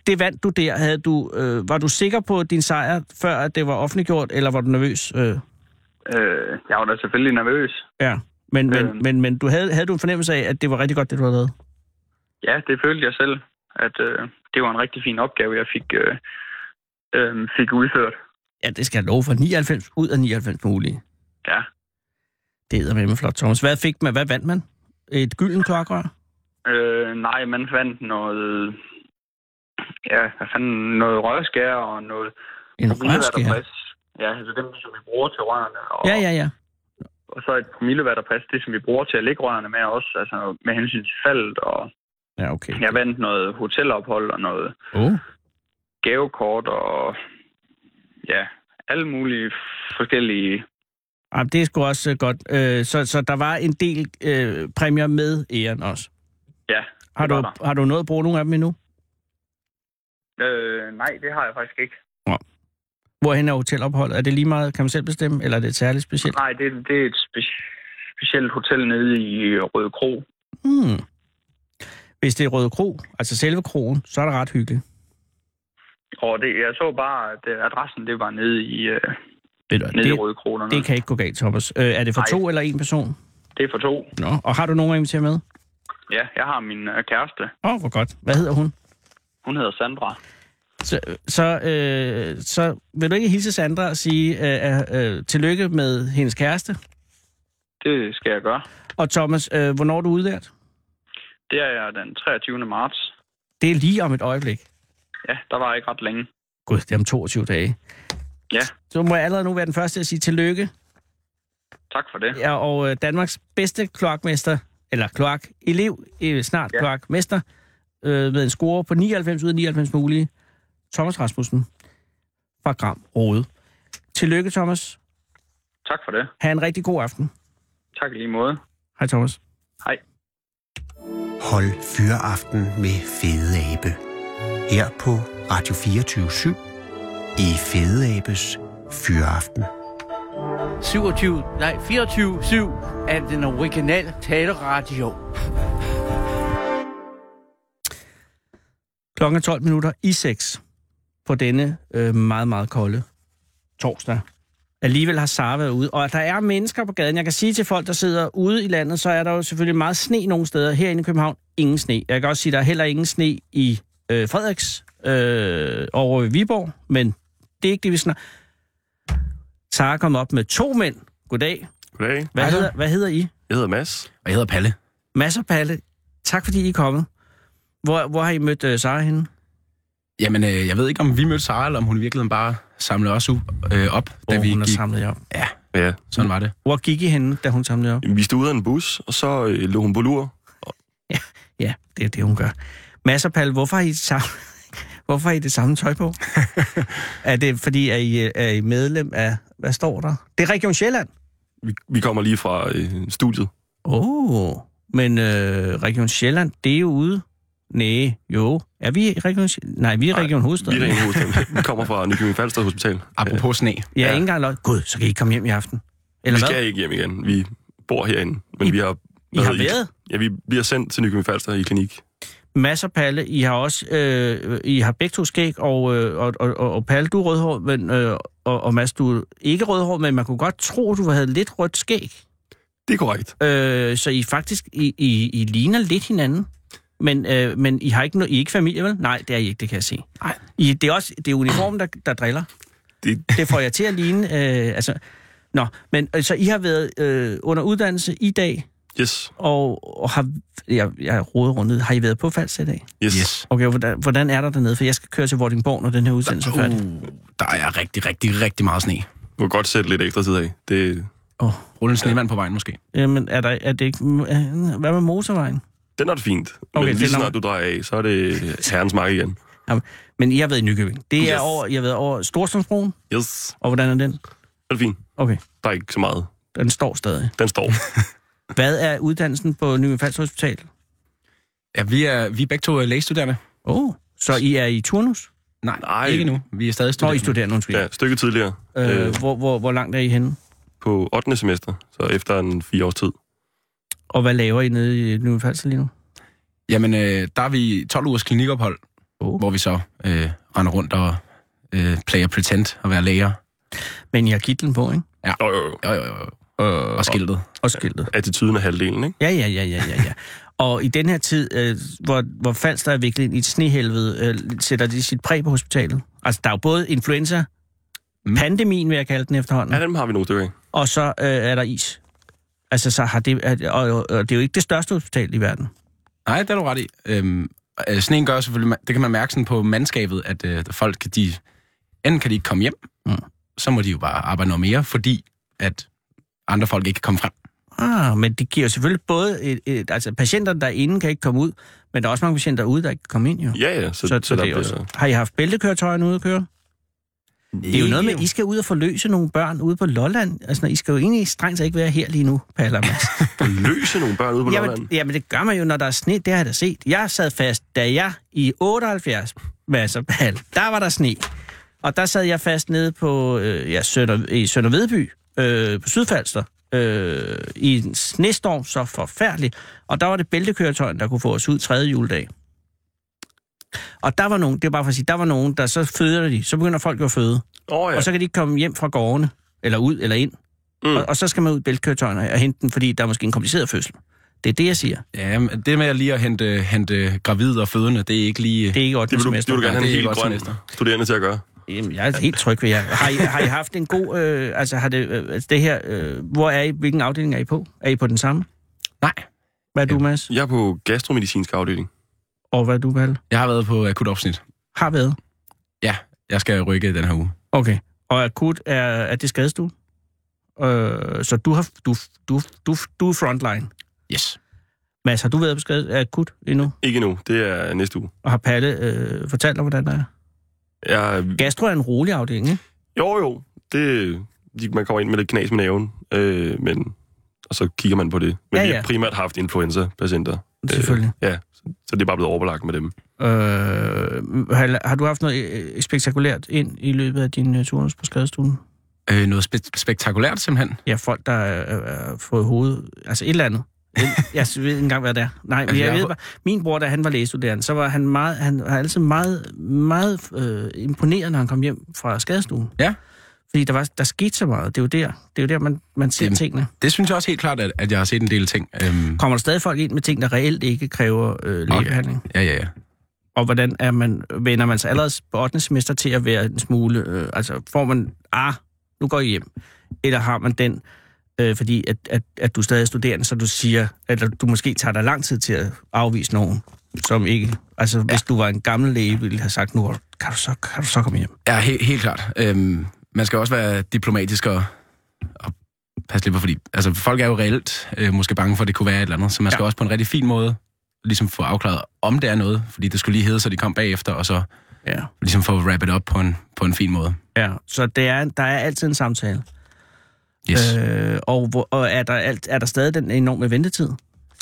Speaker 5: det vandt du der. Havde du, øh, var du sikker på din sejr, før at det var offentliggjort, eller var du nervøs? Øh?
Speaker 9: øh, jeg var da selvfølgelig nervøs.
Speaker 5: Ja, men, men,
Speaker 9: Øhm.
Speaker 5: men, men du havde, havde du en fornemmelse af, at det var rigtig godt, det du havde lavet?
Speaker 9: Ja, det følte jeg selv, at øh, det var en rigtig fin opgave, jeg fik, øh, øh, fik udført.
Speaker 5: Ja, det skal jeg love for. 99 ud af 99 mulige.
Speaker 9: Ja.
Speaker 5: Det er med flot, Thomas. Hvad fik man? Hvad vandt man? Et gylden kloakrør?
Speaker 9: Øh, nej, man fandt noget... Ja, hvad fanden, noget rørskær og noget...
Speaker 5: En rørskær?
Speaker 9: promilleværterpas. Ja, altså dem, som vi bruger til rørene. Og,
Speaker 5: Ja, ja, ja.
Speaker 9: og så et promilleværterpas, det som vi bruger til at lægge rørene med også, altså med hensyn til faldet. Og
Speaker 5: Ja, okay.
Speaker 9: jeg vandt noget hotelophold og noget
Speaker 5: Oh.
Speaker 9: gavekort og ja, alle mulige forskellige...
Speaker 5: Jamen, det er sgu også øh, godt. Øh, så, så der var en del øh, præmier med æren også.
Speaker 9: Ja,
Speaker 5: Har
Speaker 9: det
Speaker 5: du,
Speaker 9: var
Speaker 5: har du noget at bruge nogle af dem endnu?
Speaker 9: Øh, nej, det har jeg faktisk ikke.
Speaker 5: Hvorhen er hotelopholdet? Er det lige meget, kan man selv bestemme, eller er det et særligt specielt?
Speaker 9: Nej, det, det er et spe- specielt hotel nede i øh, Røde Kro.
Speaker 5: Hmm. Hvis det er Røde Kro, altså selve kroen, så er det ret hyggeligt.
Speaker 9: Og det, jeg så bare, at øh, adressen det var nede i, øh,
Speaker 5: Ved du,
Speaker 9: nede i
Speaker 5: det,
Speaker 9: Røde Kro. dernede.
Speaker 5: Det kan ikke gå galt, Thomas. Øh, er det for
Speaker 9: Nej.
Speaker 5: to eller en person?
Speaker 9: det er for to.
Speaker 5: Nå. Og har du nogen at invitere med?
Speaker 9: Ja, jeg har min øh, kæreste.
Speaker 5: Åh, oh, hvor godt. Hvad hedder hun?
Speaker 9: Hun hedder Sandra.
Speaker 5: Så, så, øh, så vil du ikke hilse Sandra og sige øh, øh, tillykke med hendes kæreste?
Speaker 9: Det skal jeg gøre.
Speaker 5: Og Thomas, øh, hvornår er du udlært?
Speaker 9: Det er jeg den 23. marts.
Speaker 5: Det er lige om et øjeblik.
Speaker 9: Ja, der var ikke ret længe.
Speaker 5: Gud, det er om 22 dage.
Speaker 9: Ja,
Speaker 5: Så må jeg allerede nu være den første til at sige tillykke.
Speaker 9: tak for det.
Speaker 5: Ja, og øh, Danmarks bedste kloakmester, eller kloak-elev, øh, snart ja.
Speaker 9: Ja.
Speaker 5: kloakmester, øh, med en score på 99 ud af 99 mulige, Thomas Rasmussen fra Gram Rode. Tillykke, Thomas.
Speaker 9: Tak for det.
Speaker 5: Ha' en rigtig god aften.
Speaker 9: Tak i lige måde.
Speaker 5: Hej, Thomas.
Speaker 9: Hej.
Speaker 3: Hold Fyraften med Fede Abe. Her på Radio 24 i Fede Abes Fyraften.
Speaker 10: 27, nej, 24-7 er den originale taleradio.
Speaker 5: Klokken er 12 minutter i 6 på denne øh, meget, meget kolde torsdag. Alligevel har Sara været ude, og der er mennesker på gaden. Jeg kan sige til folk, der sidder ude i landet, så er der jo selvfølgelig meget sne nogle steder. Herinde i København, ingen sne. Jeg kan også sige, der er heller ingen sne i øh, Frederiks øh, over ved Viborg, men det er ikke det, vi snakker. Sara kom op med to mænd. Goddag.
Speaker 11: Goddag.
Speaker 5: Hvad, hedder, hvad hedder I?
Speaker 11: Jeg hedder Mads.
Speaker 10: Og jeg hedder Palle.
Speaker 5: Mads og Palle, tak fordi I er kommet. Hvor, hvor har I mødt øh, Sara henne?
Speaker 10: Jamen, øh, jeg ved ikke, om vi mødte Sara, eller om hun i virkeligheden bare samlede os u- øh, op, da
Speaker 5: Hvor
Speaker 10: vi
Speaker 5: hun har
Speaker 10: gik.
Speaker 5: samlet jer op.
Speaker 11: Ja.
Speaker 10: Sådan var det.
Speaker 5: Hvor gik I henne, da hun samlede op?
Speaker 11: Jamen, Vi stod ud af en bus, og så øh, lå hun på lur.
Speaker 5: Ja, det er det, hun gør. Mads og Pal, hvorfor har I sammen... Hvorfor har I det samme tøj på? er det fordi, at I øh, er I medlem af... Hvad står der? Det er Region Sjælland.
Speaker 11: Vi, vi kommer lige fra øh, studiet.
Speaker 5: Åh, oh, men øh, Region Sjælland, det er jo ude. Nej, jo. Er vi i Region Sjælland? Nej, vi er
Speaker 11: Nej,
Speaker 5: Region
Speaker 11: Vi,
Speaker 5: Hovedstaden.
Speaker 11: er ingen hovedstad. vi kommer fra Nykøbing Falster Hospital.
Speaker 10: Apropos sne.
Speaker 5: Ja, ikke engang løg. Gud, så kan I ikke komme hjem i aften.
Speaker 11: Vi
Speaker 5: Eller hvad?
Speaker 11: skal ikke hjem igen. Vi bor herinde. Men
Speaker 5: I-
Speaker 11: I, vi har...
Speaker 5: I
Speaker 11: hvad
Speaker 5: har
Speaker 11: hedder
Speaker 5: været
Speaker 11: Ja, vi bliver sendt til Nykøbing Falster i klinik.
Speaker 5: masser af Palle. I har også, øh, I har begge to skæg, og, øh, og, og, og, og Palle, du er rødhåret, men, øh, og, og Mads, du er ikke rødhåret, men man kunne godt tro, du havde lidt rødt skæg.
Speaker 11: Det er korrekt.
Speaker 5: Øh, så I faktisk, I, I, I ligner lidt hinanden. Men, øh, men I har ikke no- I er ikke familie, vel? Nej, det er I ikke, det kan jeg se. Nej. I, det er også det er uniformen, der, der driller.
Speaker 11: Det,
Speaker 5: Det får jeg til at ligne. Øh, altså. Nå, men øh, så I har været øh, under uddannelse i dag
Speaker 11: Yes.
Speaker 5: Og, og har, jeg, jeg roder rundt ned. Har I været på Falster i dag?
Speaker 11: Yes. yes.
Speaker 5: Okay, og hvordan, hvordan er der dernede? For jeg skal køre til Vordingborg, når den her udsendelse er færdig.
Speaker 10: Uh, der er rigtig, rigtig, rigtig meget sne.
Speaker 11: Du kan godt sætte lidt ekstra tid af. Det,
Speaker 5: Oh.
Speaker 10: Rulle en snemand på vejen måske.
Speaker 5: Jamen, er, der, er det ikke... er- Hvad med motorvejen?
Speaker 11: den er det fint. Okay,
Speaker 5: Okay,
Speaker 11: Men
Speaker 5: det
Speaker 11: lige
Speaker 5: er
Speaker 11: snart
Speaker 5: nok-
Speaker 11: du drejer af, så er det herrens mark igen.
Speaker 5: Jamen, men I har været i Nykøbing. Det er
Speaker 11: Yes.
Speaker 5: yes. over, I har været over Storstrømsbroen,
Speaker 11: Yes.
Speaker 5: og hvordan er den?
Speaker 11: Er det fint?
Speaker 5: Okay,
Speaker 11: Der er ikke så meget.
Speaker 5: den står stadig.
Speaker 11: Den står.
Speaker 5: Hvad er uddannelsen på Nykøbing Falster Hospital?
Speaker 10: Ja, vi er, vi er begge to øh, lægestuderende.
Speaker 5: Åh, oh, så I er i turnus?
Speaker 10: Nej,
Speaker 11: Nej.
Speaker 10: Nej, ikke nu. Vi er stadig
Speaker 5: Nå, I
Speaker 10: studerende.
Speaker 5: studerer, undskyld.
Speaker 11: ja, et stykke tidligere.
Speaker 5: Øh,
Speaker 11: Øh,
Speaker 5: hvor, hvor, hvor langt er I henne?
Speaker 11: på 8. semester, så efter en fire års tid.
Speaker 5: Og hvad laver I nede i Nykøbing Falster lige nu?
Speaker 10: Jamen, øh, der er vi 12 ugers klinikophold,
Speaker 5: Oh.
Speaker 10: hvor vi så øh, render rundt og øh, player pretend og være læger.
Speaker 5: Men I har kitlen på, ikke?
Speaker 11: Jo, jo, jo.
Speaker 10: Jo, jo, jo. jo.
Speaker 5: Øh,
Speaker 10: Og skiltet.
Speaker 5: og skiltet.
Speaker 11: Attituden er halvdelen, ikke?
Speaker 5: Ja, ja, ja, ja, ja, ja. Og i den her tid, øh, hvor, hvor Falster er virkelig i et snehelvede, øh, sætter de sit præg på hospitalet. Altså, der er jo både influenza,
Speaker 10: Mm.
Speaker 5: pandemien vil jeg kalde den efterhånden,
Speaker 11: Ja, dem har vi nogle stykker af.
Speaker 5: og så øh, er der is. Altså, så har det, er, og, og, og det er jo ikke det største hospital i verden.
Speaker 10: Nej, det er du ret i. Øhm, øh, sneen gør selvfølgelig, det kan man mærke sådan på mandskabet, at øh, folk kan de, enten kan de ikke komme hjem,
Speaker 5: Mm.
Speaker 10: mm. så må de jo bare arbejde noget mere, fordi at andre folk ikke kan komme frem.
Speaker 5: Ah, men det giver jo selvfølgelig både... Et, et, altså, patienter derinde kan ikke komme ud, men der er også mange patienter ude, der ikke kan komme ind, jo.
Speaker 11: Ja, ja. Så,
Speaker 5: Så, så, så
Speaker 11: der
Speaker 5: det er
Speaker 11: bliver-
Speaker 5: også. Har I haft bæltekøretøjerne ude at køre? Det er jo noget med, at I skal ud og forløse nogle børn ude på Lolland. Altså, når I skal jo egentlig strengt taget ikke være her lige nu, Palle og Mads.
Speaker 11: løse nogle børn ude på
Speaker 5: jamen,
Speaker 11: Lolland.
Speaker 5: jamen, det gør man jo, når der er sne. Det har jeg da set. Jeg sad fast, da jeg i 78, Mads og Palle, der var der sne. Og der sad jeg fast nede på, øh, ja, Sønder, i Sønder Vedby, øh, på Sydfalster, øh, i en snestorm så forfærdelig. Og der var det bæltekøretøjen, der kunne få os ud tredje juledag. Og der var nogen, det er bare for at sige, der var nogen, der så føder de, så begynder folk jo at føde.
Speaker 11: Åh, oh,
Speaker 5: Ja.
Speaker 11: ja.
Speaker 5: Og så kan de ikke komme hjem fra gårdene, eller ud eller ind. Mm. Og, og så skal man ud i bæltkøretøjen og og hente den, fordi der er måske en kompliceret fødsel. Det er det, jeg siger.
Speaker 10: Ja, men det med at lige at hente, hente gravide og fødende, det er ikke lige...
Speaker 5: Det er ikke 8.
Speaker 11: Det vil du, det
Speaker 5: semester.
Speaker 11: vil du
Speaker 10: Ja,
Speaker 11: gerne have
Speaker 10: det er
Speaker 11: en helt
Speaker 10: godt
Speaker 11: grøn
Speaker 10: semester.
Speaker 11: studerende til at gøre.
Speaker 5: Jamen, jeg er helt tryg ved jer. Har I, har I haft en god... Øh, altså, har det, øh, altså, det her... Øh, hvor er I? Hvilken afdeling er I på? Er I på den samme?
Speaker 10: Nej,
Speaker 5: Hvad er du, Mads?
Speaker 11: Jeg er på gastromedicinsk afdeling.
Speaker 5: Og hvad er du, Val?
Speaker 10: jeg har været på akut opsnit.
Speaker 5: Har været?
Speaker 10: Ja, jeg skal rykke i den her uge.
Speaker 5: Okay. Og akut er, er det skadestue? Øh, så du, har, du, du, du, du er frontline.
Speaker 10: Yes.
Speaker 5: Mads, har du været på skade, akut endnu?
Speaker 11: Ikke nu. Det er næste uge.
Speaker 5: Og har Palle øh, fortalt dig, hvordan det er?
Speaker 11: Jeg,
Speaker 5: Gastro er en rolig afdeling, ikke?
Speaker 11: jo, jo. Det, de- man kommer ind med lidt knas med naven, øh, men, og så kigger man på det. Men
Speaker 5: Ja,
Speaker 11: vi
Speaker 5: ja.
Speaker 11: har primært haft influenza-patienter.
Speaker 5: Selvfølgelig.
Speaker 11: Øh, ja, så, så det er bare blevet overbelagt med dem.
Speaker 5: Øh, har, har du haft noget øh, spektakulært ind i løbet af din øh, turnus på skadestuen?
Speaker 10: Øh, noget spe- spektakulært simpelthen.
Speaker 5: Ja, folk, der har øh, fået hovedet... Altså et eller andet. Jeg ved ikke engang, hvad det er. Nej, men
Speaker 10: Altså,
Speaker 5: jeg
Speaker 10: jeg
Speaker 5: ved
Speaker 10: har-
Speaker 5: bare, min bror, da han var lægestuderende, så var han meget, han var altid meget, meget øh, imponeret, når han kom hjem fra skadestuen.
Speaker 10: Ja.
Speaker 5: Fordi der, var, der skete så meget. Det er jo der, det er jo der man, man ser
Speaker 10: Jamen.
Speaker 5: tingene.
Speaker 10: Det synes jeg også helt klart, at, at jeg har set en del ting. Øhm,
Speaker 5: Kommer der stadig folk ind med ting, der reelt ikke kræver øh, lægebehandling?
Speaker 10: ja, ja, ja.
Speaker 5: og hvordan er man, vender man sig allerede på 8. semester til at være en smule, øh, altså får man, ah, nu går I hjem, eller har man den, øh, fordi at, at, at du stadig er studerende, så du siger, eller du måske tager dig lang tid til at afvise nogen, som ikke, altså ja. hvis du var en gammel læge, ville have sagt, nu har du- kan du så, kan du så komme hjem.
Speaker 10: Ja, helt, helt klart. Øhm, man skal også være diplomatisk og, og passe lidt på, fordi altså, folk er jo reelt øh, måske bange for, at det kunne være et eller andet, så man skal også på en rigtig fin måde ligesom få afklaret, om det er noget, fordi det skulle lige hedde, så de kom bagefter, og så
Speaker 5: Ja.
Speaker 10: ligesom få wrap it up på en, på en fin måde.
Speaker 5: ja. Så det er, der er altid en samtale.
Speaker 10: Yes. Øh.
Speaker 5: Øh, og, hvor- og er, der alt, er der stadig den enorme ventetid,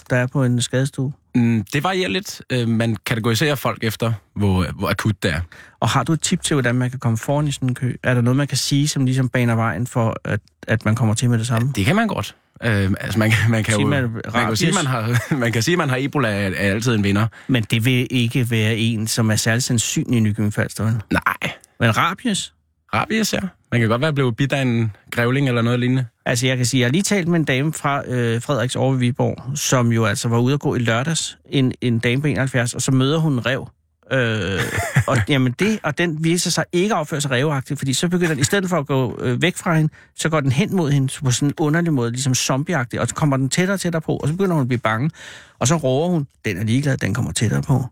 Speaker 5: der er på en skadestue?
Speaker 10: Mm, det varierer lidt. Øh, man kategoriserer folk efter, hvor, hvor akut det er.
Speaker 5: Og har du et tip til, hvordan man kan komme foran i sådan en kø? Er der noget, man kan sige, som ligesom baner vejen for, at, at man kommer til med det samme?
Speaker 10: Det kan man godt. Øh, altså man, kan- man kan
Speaker 5: Sig,
Speaker 10: jo
Speaker 5: man er
Speaker 10: man kan jo
Speaker 5: rabies.
Speaker 10: sige, man har, man kan sige, man har Ebola er, er altid en vinder.
Speaker 5: Men det vil ikke være en, som er særlig sandsynlig i Nykøbing Falster. vel?
Speaker 10: Nej,
Speaker 5: Men rabies?
Speaker 10: rabies, ja. Man kan godt være blevet bidt af en grævling eller noget lignende.
Speaker 5: Altså, jeg kan sige, jeg har lige talt med en dame fra øh, Frederiks over ved Viborg, som jo altså var ude at gå i lørdags, en, en dame på 71, og så møder hun en rev Øh, og, jamen det, og den viser sig ikke at opføre sig revagtigt, fordi så begynder den, i stedet for at gå øh, væk fra hende, så går den hen mod hende på sådan en underlig måde, ligesom zombieagtigt, og så kommer den tættere og tættere på, og så begynder hun at blive bange, og så råber hun, den er ligeglad, den kommer tættere på.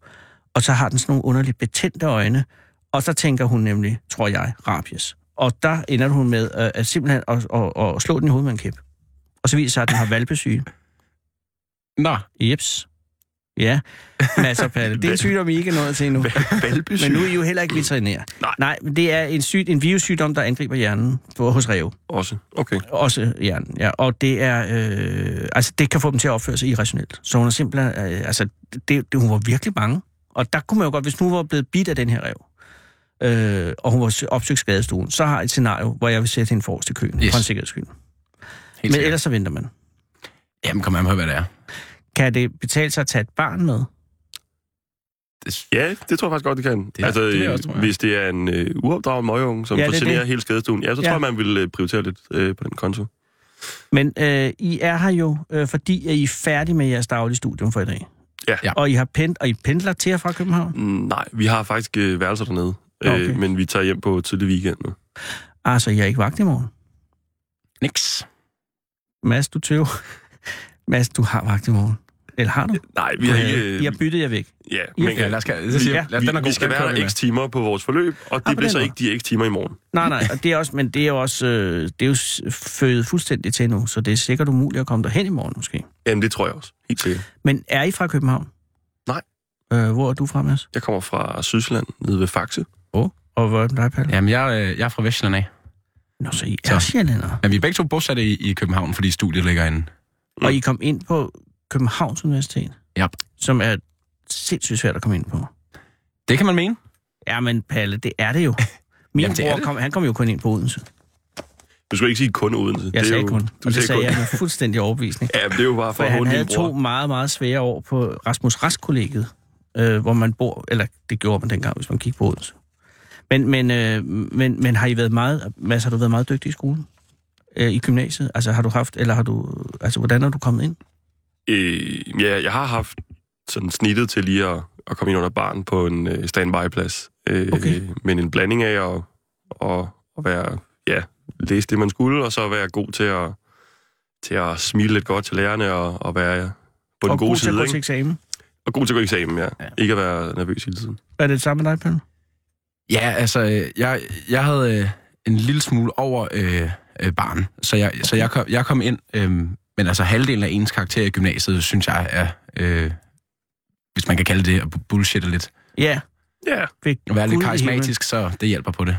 Speaker 5: Og så har den sådan nogle underligt betændte øjne, og så tænker hun nemlig, tror jeg, rabies. Og der ender hun med øh, at simpelthen at, at, at, at slå den i hovedet med en kæp. Og så viser det sig, at den har valpesyge.
Speaker 10: Nå.
Speaker 5: Jeps. Ja, men altså, Palle, det er en sygdom, I ikke er nået til endnu.
Speaker 11: Valpesyge.
Speaker 5: Men nu er I jo heller ikke veterinær. Nej. Nej, men det er en, syg, en virussygdom, der angriber hjernen på, hos ræve.
Speaker 11: Også, okay.
Speaker 5: Også hjernen, ja. Og det er, øh, altså, det kan få dem til at opføre sig irrationelt. Så hun er simpelthen, øh, altså, det, det, hun var virkelig bange. Og der kunne man jo godt, hvis hun var blevet bidt af den her ræv, øh, og hun var opsøgt skadestuen, så har jeg et scenario, hvor jeg vil sætte hende forrest i køen, yes.
Speaker 10: Yes.
Speaker 5: for en sikkerheds skyld. Men
Speaker 10: sikkert.
Speaker 5: ellers så venter man.
Speaker 10: Jamen, kom an på, hvad det er.
Speaker 5: Kan det betale sig at tage et barn med?
Speaker 11: Ja, det tror jeg faktisk godt, det kan.
Speaker 10: er-
Speaker 11: Det, altså,
Speaker 10: det vil jeg
Speaker 11: øh,
Speaker 10: også, tror jeg.
Speaker 11: hvis det er en øh, uopdraget møgeunge, som
Speaker 5: Ja,
Speaker 11: ja,
Speaker 5: det er
Speaker 11: fortjener
Speaker 5: det.
Speaker 11: hele skadestuen, ja, så
Speaker 5: Ja.
Speaker 11: tror jeg, man vil øh, prioritere lidt øh, på den konto.
Speaker 5: Men øh, I er her jo, øh, fordi at I er færdige med jeres daglige studium for i dag.
Speaker 11: Ja.
Speaker 10: Ja.
Speaker 5: Og I har pent, og I pendler til og fra København?
Speaker 11: Mm, Nej, vi har faktisk øh, værelser dernede,
Speaker 5: Nå,
Speaker 11: øh,
Speaker 5: okay.
Speaker 11: men vi tager hjem på tidlig weekend nu.
Speaker 5: Ah, så I er ikke vagt i morgen?
Speaker 10: Niks.
Speaker 5: Mads, du tøv. Mads, du har vagt i morgen. Eller har du?
Speaker 11: Nej, vi har
Speaker 5: Øh,
Speaker 11: ikke... Øh,
Speaker 5: I har byttet jer væk.
Speaker 11: ja,
Speaker 5: I har-
Speaker 11: men,
Speaker 10: Ja, lad os, så siger,
Speaker 5: Ja.
Speaker 10: lad os,
Speaker 11: vi,
Speaker 10: den er god,
Speaker 11: vi skal
Speaker 10: den kører
Speaker 11: være
Speaker 10: vi
Speaker 11: der
Speaker 10: med.
Speaker 11: x timer på vores forløb, og
Speaker 5: Ah, på
Speaker 11: det bliver
Speaker 5: den
Speaker 11: så
Speaker 5: måde.
Speaker 11: ikke de x timer i morgen.
Speaker 5: Nej, nej, og det er også, men det er jo også, øh, det er jo s- fødet fuldstændig til nu, så det er sikkert umuligt at komme derhen i morgen måske.
Speaker 11: Jamen, det tror jeg også. Helt sikkert.
Speaker 5: Men er I fra København?
Speaker 11: Nej.
Speaker 5: Øh, hvor er du fra, Mads?
Speaker 11: Jeg kommer fra Sydsjælland, nede ved Faxe.
Speaker 5: Og hvor er dig, Palle?
Speaker 10: Jamen, jeg, øh, jeg er fra Vestjylland af.
Speaker 5: Nå, så I er
Speaker 10: Så.
Speaker 5: sjællændere.
Speaker 10: Ja, vi er begge to bosatte i, i København, fordi studiet ligger inde.
Speaker 5: Og
Speaker 11: Mm.
Speaker 5: I kom ind på Københavns Universitet?
Speaker 10: Ja.
Speaker 5: Som er sindssygt svært at komme ind på.
Speaker 10: Det kan man mene.
Speaker 5: Ja, men Palle, det er det jo. Min Jamen,
Speaker 10: Jamen, det er
Speaker 5: bror,
Speaker 10: det.
Speaker 5: kom, han kom jo kun ind på Odense.
Speaker 11: Du skulle ikke sige kun Odense.
Speaker 5: Jeg
Speaker 11: det er
Speaker 5: sagde
Speaker 11: jo,
Speaker 5: kun.
Speaker 11: Du
Speaker 5: og det
Speaker 11: sagde
Speaker 5: sagde
Speaker 11: kun.
Speaker 5: jeg med fuldstændig overbevisning.
Speaker 11: Ja, men det er jo bare for,
Speaker 5: For
Speaker 11: at
Speaker 5: han
Speaker 11: håne
Speaker 5: havde
Speaker 11: din bror.
Speaker 5: to meget, meget svære år på Rasmus Rask-kollegiet, øh, hvor man bor, eller det gjorde man dengang, hvis man kiggede på Odense. Men, men, øh, men, men har I været meget, Mads, har du været meget dygtig i skolen? Øh, I gymnasiet? Altså har du haft, eller har du, altså hvordan er du kommet ind?
Speaker 11: Øh, ja, jeg har haft sådan snittet til lige at, at komme ind under barn på en øh, standby-plads. Øh,
Speaker 5: Okay.
Speaker 11: Men en blanding af at, at, at være, ja, læse det, man skulle, og så være god til at, til at smile lidt godt til lærerne og, og være på den
Speaker 5: og
Speaker 11: gode
Speaker 5: god til at
Speaker 11: side.
Speaker 5: gå til
Speaker 11: ikke?
Speaker 5: eksamen?
Speaker 11: Og god til at gå i eksamen, ja.
Speaker 5: Ja.
Speaker 11: ja. Ikke at være nervøs hele tiden.
Speaker 5: Er det det samme med dig, Pelle?
Speaker 10: Ja, altså, øh, jeg, jeg havde øh, en lille smule over øh, øh, barn, så jeg, så jeg, kom, jeg kom ind, øh, men altså halvdelen af ens karakter i gymnasiet, synes jeg er, øh, hvis man kan kalde det, at bullshitte lidt.
Speaker 5: Ja.
Speaker 11: Ja,
Speaker 5: Fik
Speaker 10: At være
Speaker 5: guld
Speaker 10: lidt
Speaker 5: i himlen.
Speaker 10: karismatisk, så det hjælper på det.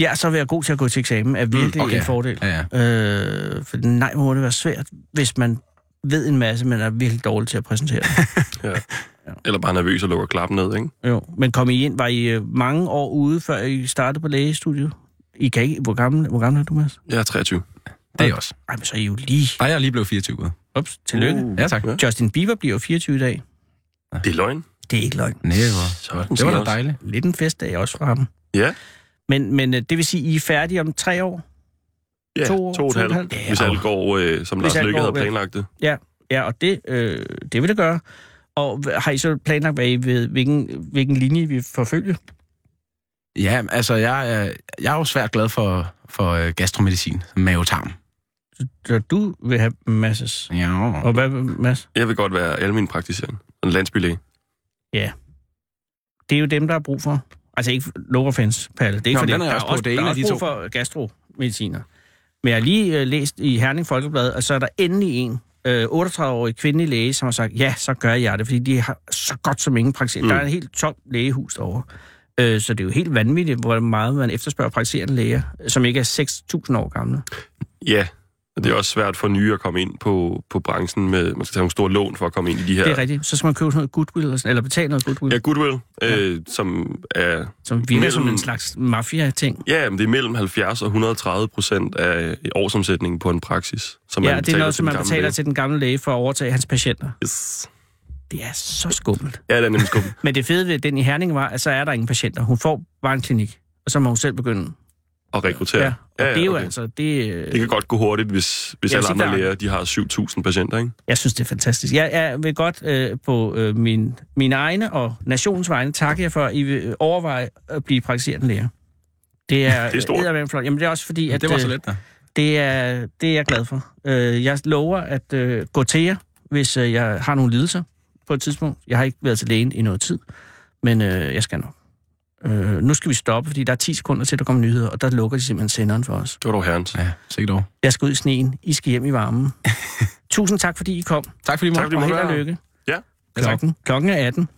Speaker 5: Ja, så være god til at gå til eksamen er virkelig
Speaker 10: okay.
Speaker 5: en fordel.
Speaker 10: Ja, ja.
Speaker 5: Øh, for nej, hvor må det være svært, hvis man ved en masse, men er virkelig dårlig til at præsentere det.
Speaker 11: eller bare nervøs og lukker klappen ned, ikke?
Speaker 5: Jo, men kom I ind, var I øh, mange år ude, før I startede på lægestudiet? I kan ikke, hvor gammel, hvor gammel er du, Mads?
Speaker 11: Jeg er 23.
Speaker 10: Det er også.
Speaker 5: Ej, men så er I jo lige...
Speaker 10: Nej, jeg er lige blevet 24 ude.
Speaker 5: Ups, tillykke. Uh.
Speaker 11: Uh,
Speaker 10: Ja, tak.
Speaker 11: Ja.
Speaker 5: Justin Bieber bliver jo 24 i dag.
Speaker 11: Det er løgn.
Speaker 5: Det er ikke løgn.
Speaker 10: Never.
Speaker 11: Sådan
Speaker 10: Det var
Speaker 11: skal
Speaker 10: da
Speaker 11: også.
Speaker 10: dejligt.
Speaker 5: Lidt en festdag også fra ham.
Speaker 11: Ja,
Speaker 5: Men, men øh, det vil sige, I er færdige om tre år?
Speaker 11: ja.
Speaker 5: To år,
Speaker 11: To, to og et halvt.
Speaker 5: Ja,
Speaker 11: Hvis alt går, øh, som
Speaker 5: Hvis
Speaker 11: Lars
Speaker 5: alt
Speaker 11: Lykke
Speaker 5: går
Speaker 11: havde
Speaker 5: vel.
Speaker 11: planlagt det.
Speaker 5: Ja, og det, øh, det vil det gøre. Og h- har I så planlagt, hvad I ved, hvilken, hvilken linje I vil forfølge?
Speaker 10: Ja, altså, jeg er, jeg er jo svært glad for, for øh, gastromedicin, mavetarm.
Speaker 5: Så du vil have masses.
Speaker 10: Ja.
Speaker 5: Og hvad, Mads?
Speaker 11: Jeg vil godt være almen praktiserende. En landsbylæge.
Speaker 5: Det er jo dem, der er brug for. Altså ikke no offense, Palle. Det er ikke
Speaker 10: Nå,
Speaker 5: for
Speaker 10: men
Speaker 5: det.
Speaker 10: den er jeg
Speaker 5: Der
Speaker 10: også på. Det er
Speaker 5: der
Speaker 10: en af
Speaker 5: også
Speaker 10: de to.
Speaker 5: brug for gastromediciner. Men jeg har lige øh, læst i Herning Folkeblad, og så er der endelig en øh, 38-årig kvindelig læge, som har sagt, ja, så gør jeg det, fordi de har så godt som ingen praktiserende.
Speaker 11: Mm.
Speaker 5: Der er et helt tomt lægehus derovre. Øh, så det er jo helt vanvittigt, hvor meget man efterspørger praktiserende læger, som ikke er 6.000 år gamle.
Speaker 11: Ja, og det er også svært for nye at komme ind på, på branchen. Med, man skal tage nogle store lån for at komme ind i de her...
Speaker 5: Det er rigtigt. Så skal man købe sådan noget goodwill, og sådan- eller betale noget goodwill,
Speaker 11: Ja,
Speaker 5: ja.
Speaker 11: Goodwill, øh, som er...
Speaker 5: som virker som
Speaker 11: mellem-
Speaker 5: en slags mafia-ting.
Speaker 11: Ja, men det er mellem 70 og 130 procent af øh, årsomsætningen på en praksis, som
Speaker 5: Ja,
Speaker 11: man
Speaker 5: det er
Speaker 11: betaler
Speaker 5: noget,
Speaker 11: til
Speaker 5: som
Speaker 11: den
Speaker 5: man
Speaker 11: gamle
Speaker 5: betaler
Speaker 11: læge.
Speaker 5: til den gamle læge for at overtage hans patienter.
Speaker 11: Yes.
Speaker 5: Det er så skummelt.
Speaker 11: Ja, det er nemlig skummelt.
Speaker 5: Men det fede ved den i Herning var, at så er der ingen patienter. Hun får bare en klinik, og så må hun selv begynde
Speaker 11: at rekruttere.
Speaker 5: Ja, og det er jo
Speaker 11: okay.
Speaker 5: altså- det, øh,
Speaker 11: det kan godt gå hurtigt, hvis, hvis
Speaker 5: Ja,
Speaker 11: alle
Speaker 5: hvis ikke
Speaker 11: andre
Speaker 5: der er-
Speaker 11: læger de har 7.000 patienter, ikke?
Speaker 5: Jeg synes, det er fantastisk. Jeg, jeg vil godt øh, på øh, min, mine egne og nationens vegne takke jer for, at I vil øh, overveje at blive praktiserende læger. Det er,
Speaker 11: Det er stort.
Speaker 5: eddermame flot. Jamen, det er også fordi, at...
Speaker 10: det var så
Speaker 5: øh,
Speaker 10: let, da.
Speaker 5: Det er, det er jeg glad for. Øh, jeg lover at øh, gå til jer, hvis øh, jeg har nogle lidelser på et tidspunkt. Jeg har ikke været til lægen i noget tid, men øh, jeg skal nok. Øh, nu skal vi stoppe, fordi der er 10 sekunder til, der kommer nyheder, og der lukker de simpelthen senderen for os.
Speaker 11: Det var dog herrens.
Speaker 10: Ja, sikkert over.
Speaker 5: Jeg skal ud i sneen. I skal hjem i varmen. Tusind tak, fordi I kom.
Speaker 10: Tak fordi I måtte
Speaker 5: og held
Speaker 10: være
Speaker 5: og
Speaker 10: her.
Speaker 5: lykke.
Speaker 11: Ja.
Speaker 10: tak.
Speaker 5: Klokken, klokken er 18.